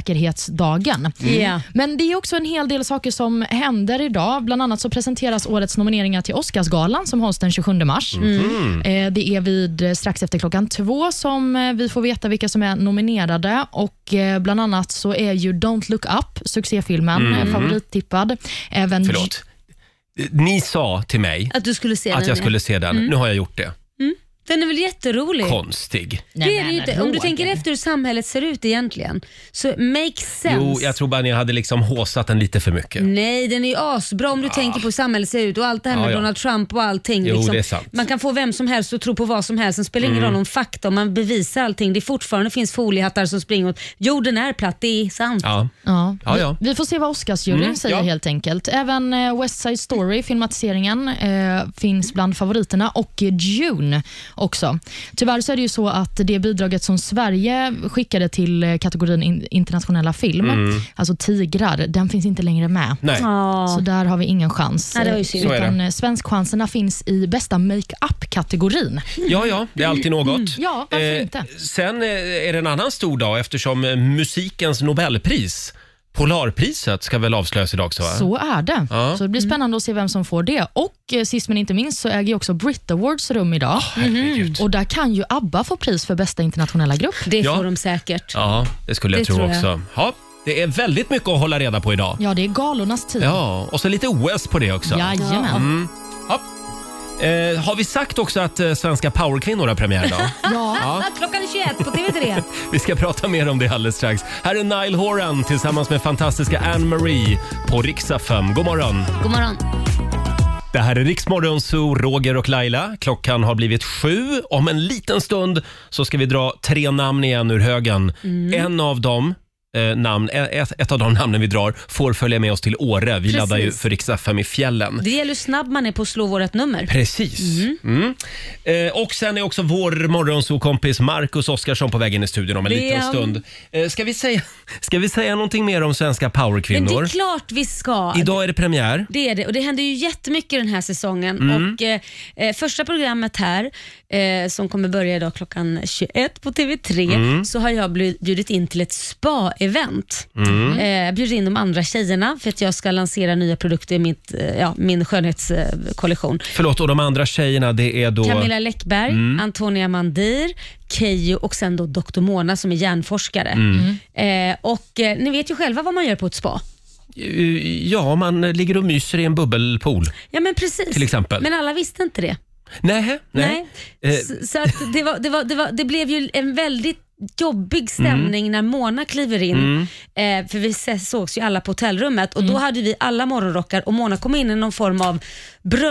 [SPEAKER 3] internetsäkerhetsdagen.
[SPEAKER 1] Mm.
[SPEAKER 2] Ja.
[SPEAKER 3] Men det är också en hel del saker som händer idag. Bland annat så presenteras årets nomineringar till Oscarsgalan som hålls den 27 mars.
[SPEAKER 1] Mm.
[SPEAKER 3] Eh, Det är vid eh, strax efter klockan två som eh, vi får veta vilka som är nominerade. Och eh, Bland annat så är ju Don't look up, succéfilmen, eh, favorittippad. Även
[SPEAKER 1] Mm. Förlåt. Ni sa till mig
[SPEAKER 2] Att du skulle se
[SPEAKER 1] att
[SPEAKER 2] den.
[SPEAKER 1] jag
[SPEAKER 2] ja. Mm.
[SPEAKER 1] skulle se den. Nu har jag gjort det.
[SPEAKER 2] Den är väl jätterolig?
[SPEAKER 1] Konstig.
[SPEAKER 3] Nej,
[SPEAKER 2] det är det
[SPEAKER 3] nej,
[SPEAKER 2] ju
[SPEAKER 3] nej,
[SPEAKER 2] inte. Om du
[SPEAKER 3] Roger.
[SPEAKER 2] tänker efter hur samhället ser ut egentligen, så makes sense.
[SPEAKER 1] Jo, jag tror bara ni hade liksom håsat den lite för mycket.
[SPEAKER 2] Nej, den är ju asbra om du tänker på hur samhället ser ut och allt det här med
[SPEAKER 1] Ah. Ja, ja.
[SPEAKER 2] Donald Trump och allting. liksom.
[SPEAKER 1] Jo, det är sant. Mm.
[SPEAKER 2] Man kan få vem som helst att tro på vad som helst, sen spelar det ingen roll om fakta, om man bevisar allting. Det är fortfarande finns foliehattar som springer åt jorden är platt, det är sant.
[SPEAKER 1] Ja.
[SPEAKER 3] Ja.
[SPEAKER 1] Ja, ja.
[SPEAKER 3] Vi, vi får se vad Oscarsjuryn
[SPEAKER 1] Mm,
[SPEAKER 3] säger
[SPEAKER 1] ja.
[SPEAKER 3] helt enkelt. Även eh, West Side Story, filmatiseringen, eh, finns bland favoriterna och eh, Dune också. Tyvärr så är det ju så att det bidraget som Sverige skickade till eh, kategorin in, internationella film,
[SPEAKER 1] Mm.
[SPEAKER 3] alltså Tigrar, den finns inte längre med.
[SPEAKER 1] Nej.
[SPEAKER 2] Ja.
[SPEAKER 3] Så där har vi ingen chans.
[SPEAKER 2] Nej, det var ju synd.
[SPEAKER 1] Så är det.
[SPEAKER 3] Utan eh, svenskchanserna finns i bästa makeup-kategorin.
[SPEAKER 1] Ja, ja, det är alltid
[SPEAKER 2] Mm.
[SPEAKER 1] något.
[SPEAKER 3] Ja, varför
[SPEAKER 1] Eh,
[SPEAKER 3] inte?
[SPEAKER 1] Sen eh, är det en annan stor dag eftersom eh, musikens Nobelpris, Polarpriset, ska väl avslöjas idag också? Va?
[SPEAKER 3] Så är det.
[SPEAKER 1] Ja.
[SPEAKER 3] Så det blir
[SPEAKER 2] Mm.
[SPEAKER 3] spännande att se vem som får det. Och eh, sist men inte minst så äger ju också Brit Awards rum idag.
[SPEAKER 1] Herregud.
[SPEAKER 2] Mm.
[SPEAKER 3] Och där kan ju ABBA få pris för bästa internationella grupp.
[SPEAKER 2] Det
[SPEAKER 1] Ja.
[SPEAKER 2] får de säkert.
[SPEAKER 1] Ja, det skulle jag
[SPEAKER 2] Det
[SPEAKER 1] tro
[SPEAKER 2] tror jag.
[SPEAKER 1] också. Ja, det är väldigt mycket att hålla reda på idag.
[SPEAKER 3] Ja, det är galornas tid.
[SPEAKER 1] Ja, Mm. och så lite OS på det också.
[SPEAKER 3] Jajamän.
[SPEAKER 1] Ja. Eh, har vi sagt också att eh, svenska powerkvinnor har premiär
[SPEAKER 2] <laughs>
[SPEAKER 1] idag?
[SPEAKER 3] Ja.
[SPEAKER 2] Ah, klockan 21 på TV3.
[SPEAKER 1] vi ska prata mer om det alldeles strax. Här är Nile Horan tillsammans med fantastiska Anne-Marie på Riksdag 5. God morgon!
[SPEAKER 2] God morgon.
[SPEAKER 1] Det här är Riksmorgon Zoo, Roger och Laila. Klockan har blivit sju. Om en liten stund så ska vi dra tre namn igen ur högen. En av dem eh, namn, ett, ett av de namnen vi drar får följa med oss till Åre. Vi laddar ju för Rix FM i fjällen.
[SPEAKER 2] Det gäller hur snabb man är på att slå vårt nummer.
[SPEAKER 1] Precis. Mm. Eh, och sen är också vår morgonsokompis Marcus Oskarsson på väg in i studion om en
[SPEAKER 2] Det är
[SPEAKER 1] liten
[SPEAKER 2] han.
[SPEAKER 1] stund. Eh, ska, vi säga, <laughs> ska vi säga någonting mer om svenska
[SPEAKER 2] Men det
[SPEAKER 1] powerkvinnor?
[SPEAKER 2] är klart vi ska.
[SPEAKER 1] Idag är det premiär.
[SPEAKER 2] Det är det och det händer ju jättemycket den här säsongen.
[SPEAKER 1] Mm.
[SPEAKER 2] Och, eh, eh, första programmet här eh, som kommer börja idag klockan 21 på TV3
[SPEAKER 1] Mm.
[SPEAKER 2] så har jag bli- bjudit in till ett spa-event.
[SPEAKER 1] Mm.
[SPEAKER 2] Eh, jag bjuder in de andra tjejerna för att jag ska lansera nya produkter i mitt, eh, ja, min skönhetskollektion.
[SPEAKER 1] Förlåt, och de andra tjejerna det är då...
[SPEAKER 2] Camilla Läckberg,
[SPEAKER 1] Mm.
[SPEAKER 2] Antonia Mandir, Keyyo och sen då Dr. Mona som är hjärnforskare.
[SPEAKER 1] Mm.
[SPEAKER 2] Eh, och eh, ni vet ju själva vad man gör på ett spa.
[SPEAKER 1] Eh, Ja, man ligger och myser i en bubbelpool.
[SPEAKER 2] Ja men precis.
[SPEAKER 1] Till exempel.
[SPEAKER 2] Men alla visste inte det.
[SPEAKER 1] Nej, nej.
[SPEAKER 2] Nej.
[SPEAKER 1] Eh,
[SPEAKER 2] Så, så att det, var, det, var, det, var, det blev ju en väldigt jobbig
[SPEAKER 1] Mm.
[SPEAKER 2] stämning när Mona kliver in. Eh, för vi ses- sågs ju alla på hotellrummet och
[SPEAKER 1] Mm.
[SPEAKER 2] då hade vi alla morgonrockar och Mona kom in i någon form av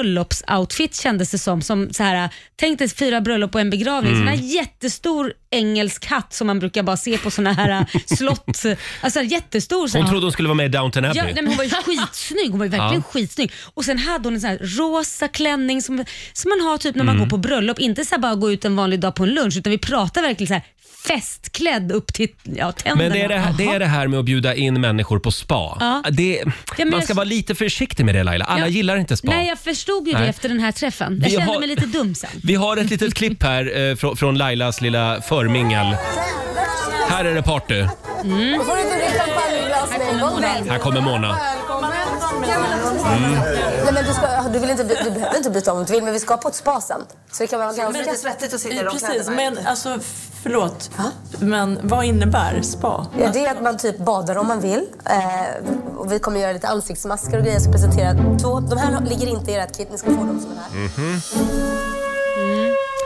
[SPEAKER 2] bröllopsoutfit kändes det som. som så här, tänk dig fyra bröllop och en begravning.
[SPEAKER 1] Mm.
[SPEAKER 2] Sån här jättestor engelsk hatt som man brukar bara se på såna här eh, <laughs> slott. Alltså en jättestor. sån
[SPEAKER 1] hon
[SPEAKER 2] här-
[SPEAKER 1] trodde hon skulle vara med i Downton Abbey.
[SPEAKER 2] Ja, nej,
[SPEAKER 1] <laughs>
[SPEAKER 2] men hon var ju skitsnygg. Hon var ju verkligen
[SPEAKER 1] Ja.
[SPEAKER 2] skitsnygg. Och sen hade hon en sån här rosa klänning som, som man har typ när
[SPEAKER 1] Mm.
[SPEAKER 2] man går på bröllop. Inte så här bara gå ut en vanlig dag på en lunch utan vi pratar verkligen så här festklädd upp till ja, tänderna.
[SPEAKER 1] Men det är det, här, det är det här med att bjuda in människor på spa.
[SPEAKER 2] Ja.
[SPEAKER 1] Det,
[SPEAKER 2] men
[SPEAKER 1] man
[SPEAKER 2] jag-
[SPEAKER 1] ska vara lite försiktig med det Laila. Alla
[SPEAKER 2] Ja.
[SPEAKER 1] gillar inte spa.
[SPEAKER 2] Nej, jag förstod ju
[SPEAKER 1] Nej.
[SPEAKER 2] det efter den här träffen. Jag
[SPEAKER 1] Vi
[SPEAKER 2] kände
[SPEAKER 1] har-
[SPEAKER 2] mig lite dum sen.
[SPEAKER 1] Vi har ett litet klipp här eh, från, från Lailas lilla förmingel. Här är det party.
[SPEAKER 8] Får inte du champagneglas med? Kom med.
[SPEAKER 1] Här kommer Mona.
[SPEAKER 8] Mm. Nej, men du, ska, du, vill inte, by- du behöver inte byta om du vill, men vi ska på ett spa sen. Så det kan vara ganska...
[SPEAKER 9] lite svettigt att sitta i de
[SPEAKER 10] Precis,
[SPEAKER 9] kläderna.
[SPEAKER 10] men alltså förlåt. Men vad innebär spa?
[SPEAKER 8] Ja, det är att man typ badar om man vill. Eh, och vi kommer göra lite ansiktsmasker och grejer. Jag ska presentera två. De här ligger inte i ert kit, ni ska få dem som är här.
[SPEAKER 1] Mm.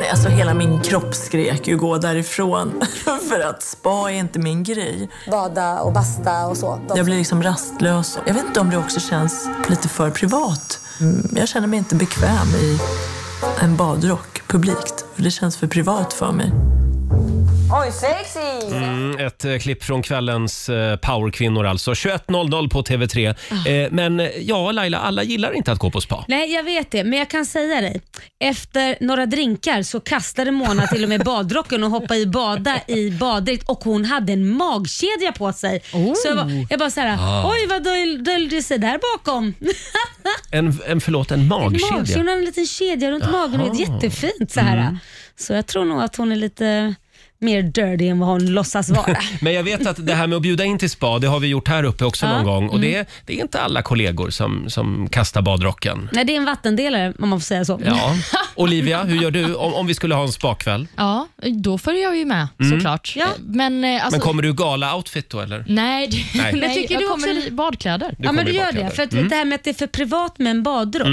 [SPEAKER 10] Nej, alltså hela min kropp skrek ju gå därifrån. <laughs> För att spa är inte min grej.
[SPEAKER 8] Bada och basta och så. De
[SPEAKER 10] Jag blir liksom rastlös. Jag vet inte om det också känns lite för privat. Mm, Jag känner mig inte bekväm i en badrock publikt. För det känns för privat för mig.
[SPEAKER 8] Oj, sexy!
[SPEAKER 1] Mm, ett eh, klipp från kvällens eh, powerkvinnor alltså. 21.00 på TV3. Eh, men eh, ja Laila, alla gillar inte att gå på spa.
[SPEAKER 2] Nej, jag vet det, men jag kan säga dig. Efter några drinkar så kastade Mona till och med badrocken och hoppade i bada i baddräkt och hon hade en magkedja på sig. Så jag bara, jag bara såhär, oj vad döl, döljde sig där bakom?
[SPEAKER 1] En, en, förlåt, en
[SPEAKER 2] Magkedja.
[SPEAKER 1] magkedja.
[SPEAKER 2] Hon hade en liten kedja runt magen och ett jättefint så här. Så jag tror nog att hon är lite mer dirty än vad hon låtsas vara.
[SPEAKER 1] Men jag vet att det här med att bjuda in till spa, det har vi gjort här uppe också
[SPEAKER 2] Ja. Mm.
[SPEAKER 1] någon gång. Och det, det är inte alla kollegor som, som kastar badrocken.
[SPEAKER 2] Nej, det är en vattendelare om man får säga så. <laughs>
[SPEAKER 1] Ja. Olivia, hur gör du om, om vi skulle ha en spakväll?
[SPEAKER 2] Alltså-
[SPEAKER 3] Ja, då följer jag ju med såklart.
[SPEAKER 2] Ja.
[SPEAKER 3] Men, eh, alltså,
[SPEAKER 1] Mm. Men kommer du i gala-outfit då eller?
[SPEAKER 3] Nej,
[SPEAKER 1] Nej.
[SPEAKER 3] <laughs> nej.
[SPEAKER 1] Men
[SPEAKER 3] nej
[SPEAKER 2] tycker
[SPEAKER 3] jag
[SPEAKER 2] du
[SPEAKER 3] kommer
[SPEAKER 2] också-
[SPEAKER 3] i badkläder.
[SPEAKER 2] ja, men
[SPEAKER 1] kommer
[SPEAKER 2] du
[SPEAKER 1] i
[SPEAKER 2] gör
[SPEAKER 1] badkläder.
[SPEAKER 2] det. För att det här med att det är för privat med en badrock.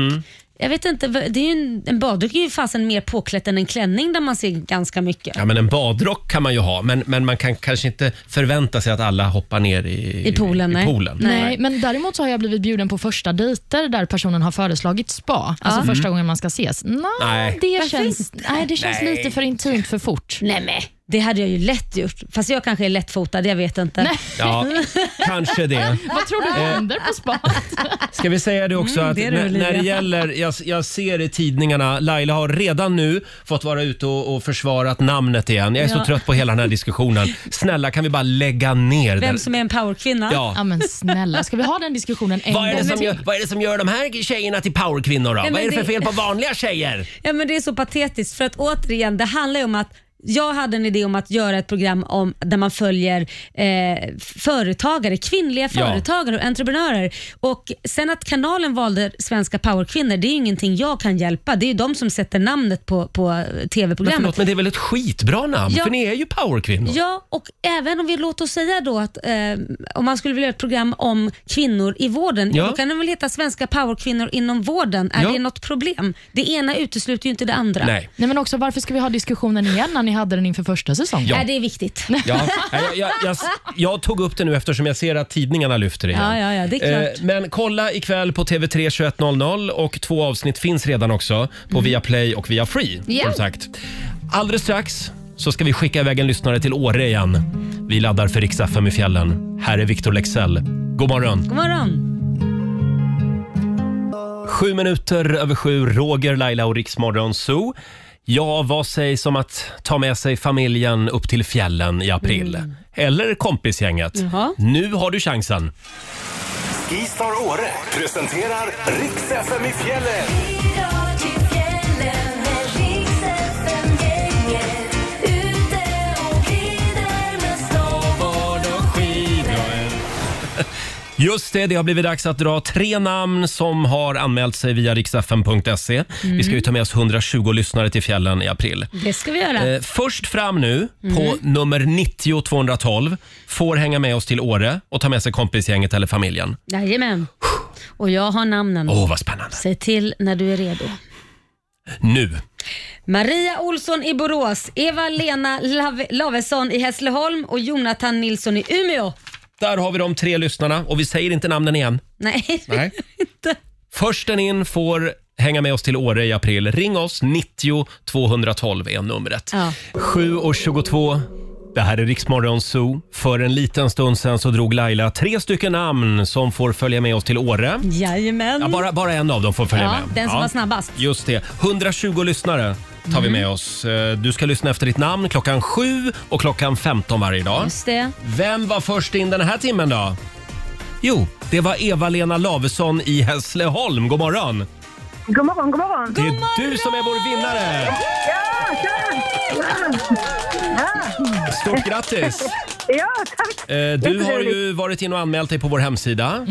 [SPEAKER 2] Jag vet inte, vad- det är ju en, en badrock är ju fasen mer påklätt än en klänning där man ser ganska mycket.
[SPEAKER 1] Ja, men en badrock kan man ju ha, men, men man kan kanske inte förvänta sig att alla hoppar ner i,
[SPEAKER 2] I poolen,
[SPEAKER 1] I
[SPEAKER 2] nej.
[SPEAKER 1] poolen.
[SPEAKER 3] Nej. men däremot så har jag blivit bjuden på första dejter där personen har föreslagit spa. Alltså första gången man ska ses. Nej,
[SPEAKER 1] Mm. Nej.
[SPEAKER 3] det
[SPEAKER 2] Varför
[SPEAKER 3] känns, nej, det känns
[SPEAKER 1] Nej.
[SPEAKER 3] lite för intimt för fort.
[SPEAKER 2] Nej men det hade jag ju lätt gjort. Fast jag kanske är lättfotad, jag vet inte.
[SPEAKER 1] Ja, kanske det.
[SPEAKER 3] Vad tror du
[SPEAKER 1] Eh.
[SPEAKER 3] händer på spa?
[SPEAKER 1] Ska vi säga det också att
[SPEAKER 2] Mm, det är det,
[SPEAKER 1] när-
[SPEAKER 2] Olivia.
[SPEAKER 1] när det gäller, jag, jag ser i tidningarna, Laila har redan nu fått vara ute och, och försvarat namnet igen. Jag är så
[SPEAKER 2] Ja.
[SPEAKER 1] trött på hela den här diskussionen. Snälla kan vi bara lägga ner
[SPEAKER 2] Vem
[SPEAKER 1] den?
[SPEAKER 2] som är en powerkvinna.
[SPEAKER 3] <laughs> Ja,
[SPEAKER 1] Ja.
[SPEAKER 3] men snälla, ska vi ha den diskussionen en
[SPEAKER 1] Vad är, det
[SPEAKER 3] gång
[SPEAKER 1] som
[SPEAKER 3] till?
[SPEAKER 1] gör, vad är det som gör de här tjejerna till powerkvinnor då?
[SPEAKER 2] men
[SPEAKER 1] Vad är det för
[SPEAKER 2] det-
[SPEAKER 1] fel på vanliga tjejer?
[SPEAKER 2] Ja, men det är så patetiskt för att återigen, det handlar ju om att jag hade en idé om att göra ett program om, där man följer eh, företagare, kvinnliga
[SPEAKER 1] Ja.
[SPEAKER 2] företagare och entreprenörer. Och Sen att kanalen valde svenska powerkvinnor, det är ju ingenting jag kan hjälpa. Det är ju de som sätter namnet på, på
[SPEAKER 1] Men
[SPEAKER 2] tv-programmet.
[SPEAKER 1] förlåt, men det är väl ett skitbra namn?
[SPEAKER 2] Ja.
[SPEAKER 1] För ni är ju powerkvinnor.
[SPEAKER 2] Ja, och även om vi låter oss säga då att eh, om man skulle vilja göra ett program om kvinnor i vården,
[SPEAKER 1] Ja.
[SPEAKER 2] då kan den väl heta Svenska powerkvinnor inom vården. Är
[SPEAKER 1] Ja.
[SPEAKER 2] det något problem? Det ena utesluter ju inte det andra.
[SPEAKER 1] Nej.
[SPEAKER 3] Nej, men också, varför ska vi ha diskussionen igen när ni hade den inför första säsongen?
[SPEAKER 2] Nej, det är viktigt.
[SPEAKER 1] Ja, jag, jag, jag, jag tog upp det nu eftersom jag ser att tidningarna lyfter det igen.
[SPEAKER 2] Ja, ja, ja, det är klart.
[SPEAKER 1] Eh, Men kolla ikväll på TV3 21.00 och två avsnitt finns redan också på Viaplay och via Free.
[SPEAKER 2] Mm. Ja.
[SPEAKER 1] Som sagt. Alldeles strax så ska vi skicka iväg en lyssnare till Åre igen. Vi laddar för riks i fjällen. Här är Victor Lexell. God morgon!
[SPEAKER 2] God morgon.
[SPEAKER 1] Sju minuter över sju, Roger, Laila och Riksmorgon Zoo. Ja, vad sägs om att ta med sig familjen upp till fjällen i april? Eller kompisgänget.
[SPEAKER 2] Jaha.
[SPEAKER 1] Nu har du chansen. <laughs>
[SPEAKER 4] Skistar Åre presenterar Riks FM i fjällen.
[SPEAKER 1] Just det, det har blivit dags att dra tre namn som har anmält sig via riksfn.se. Vi ska ju ta med oss 120 lyssnare till fjällen i april.
[SPEAKER 2] Det ska vi göra.
[SPEAKER 1] Eh, först fram nu på nummer 90 212 får hänga med oss till Åre och ta med sig kompisgänget eller familjen.
[SPEAKER 2] Jajamän. Och jag har namnen.
[SPEAKER 1] Åh, vad spännande.
[SPEAKER 2] Säg till när du är redo.
[SPEAKER 1] Nu.
[SPEAKER 2] Maria Olsson i Borås, Eva-Lena Lave- Lavesson i Hässleholm och Jonathan Nilsson i Umeå.
[SPEAKER 1] Där har vi de tre lyssnarna och vi säger inte namnen igen.
[SPEAKER 2] Nej,
[SPEAKER 1] Nej.
[SPEAKER 2] <laughs> inte.
[SPEAKER 1] Försten in får hänga med oss till Åre i april. Ring oss, 90 212 är numret.
[SPEAKER 2] Ja.
[SPEAKER 1] 7.22, det här är Riksmorgon Zoo. För en liten stund sen så drog Laila tre stycken namn som får följa med oss till Åre.
[SPEAKER 2] Jajamän.
[SPEAKER 1] Ja, bara, bara en av dem får följa
[SPEAKER 2] Ja,
[SPEAKER 1] med.
[SPEAKER 2] den som var snabbast. Mm.
[SPEAKER 1] Just det. 120 lyssnare tar vi med oss. Eh, Du ska lyssna efter ditt namn klockan 7 och klockan 15 varje dag.
[SPEAKER 2] Just det.
[SPEAKER 1] Vem var först in den här timmen då? Jo, det var Eva-Lena Lavesson i Hässleholm. God morgon!
[SPEAKER 5] God morgon, god morgon.
[SPEAKER 1] Det är du som är vår vinnare!
[SPEAKER 5] Ja, tja! Ja,
[SPEAKER 1] Stort grattis!
[SPEAKER 5] ja tack.
[SPEAKER 1] Eh, Du har ju varit in och anmält dig på vår hemsida.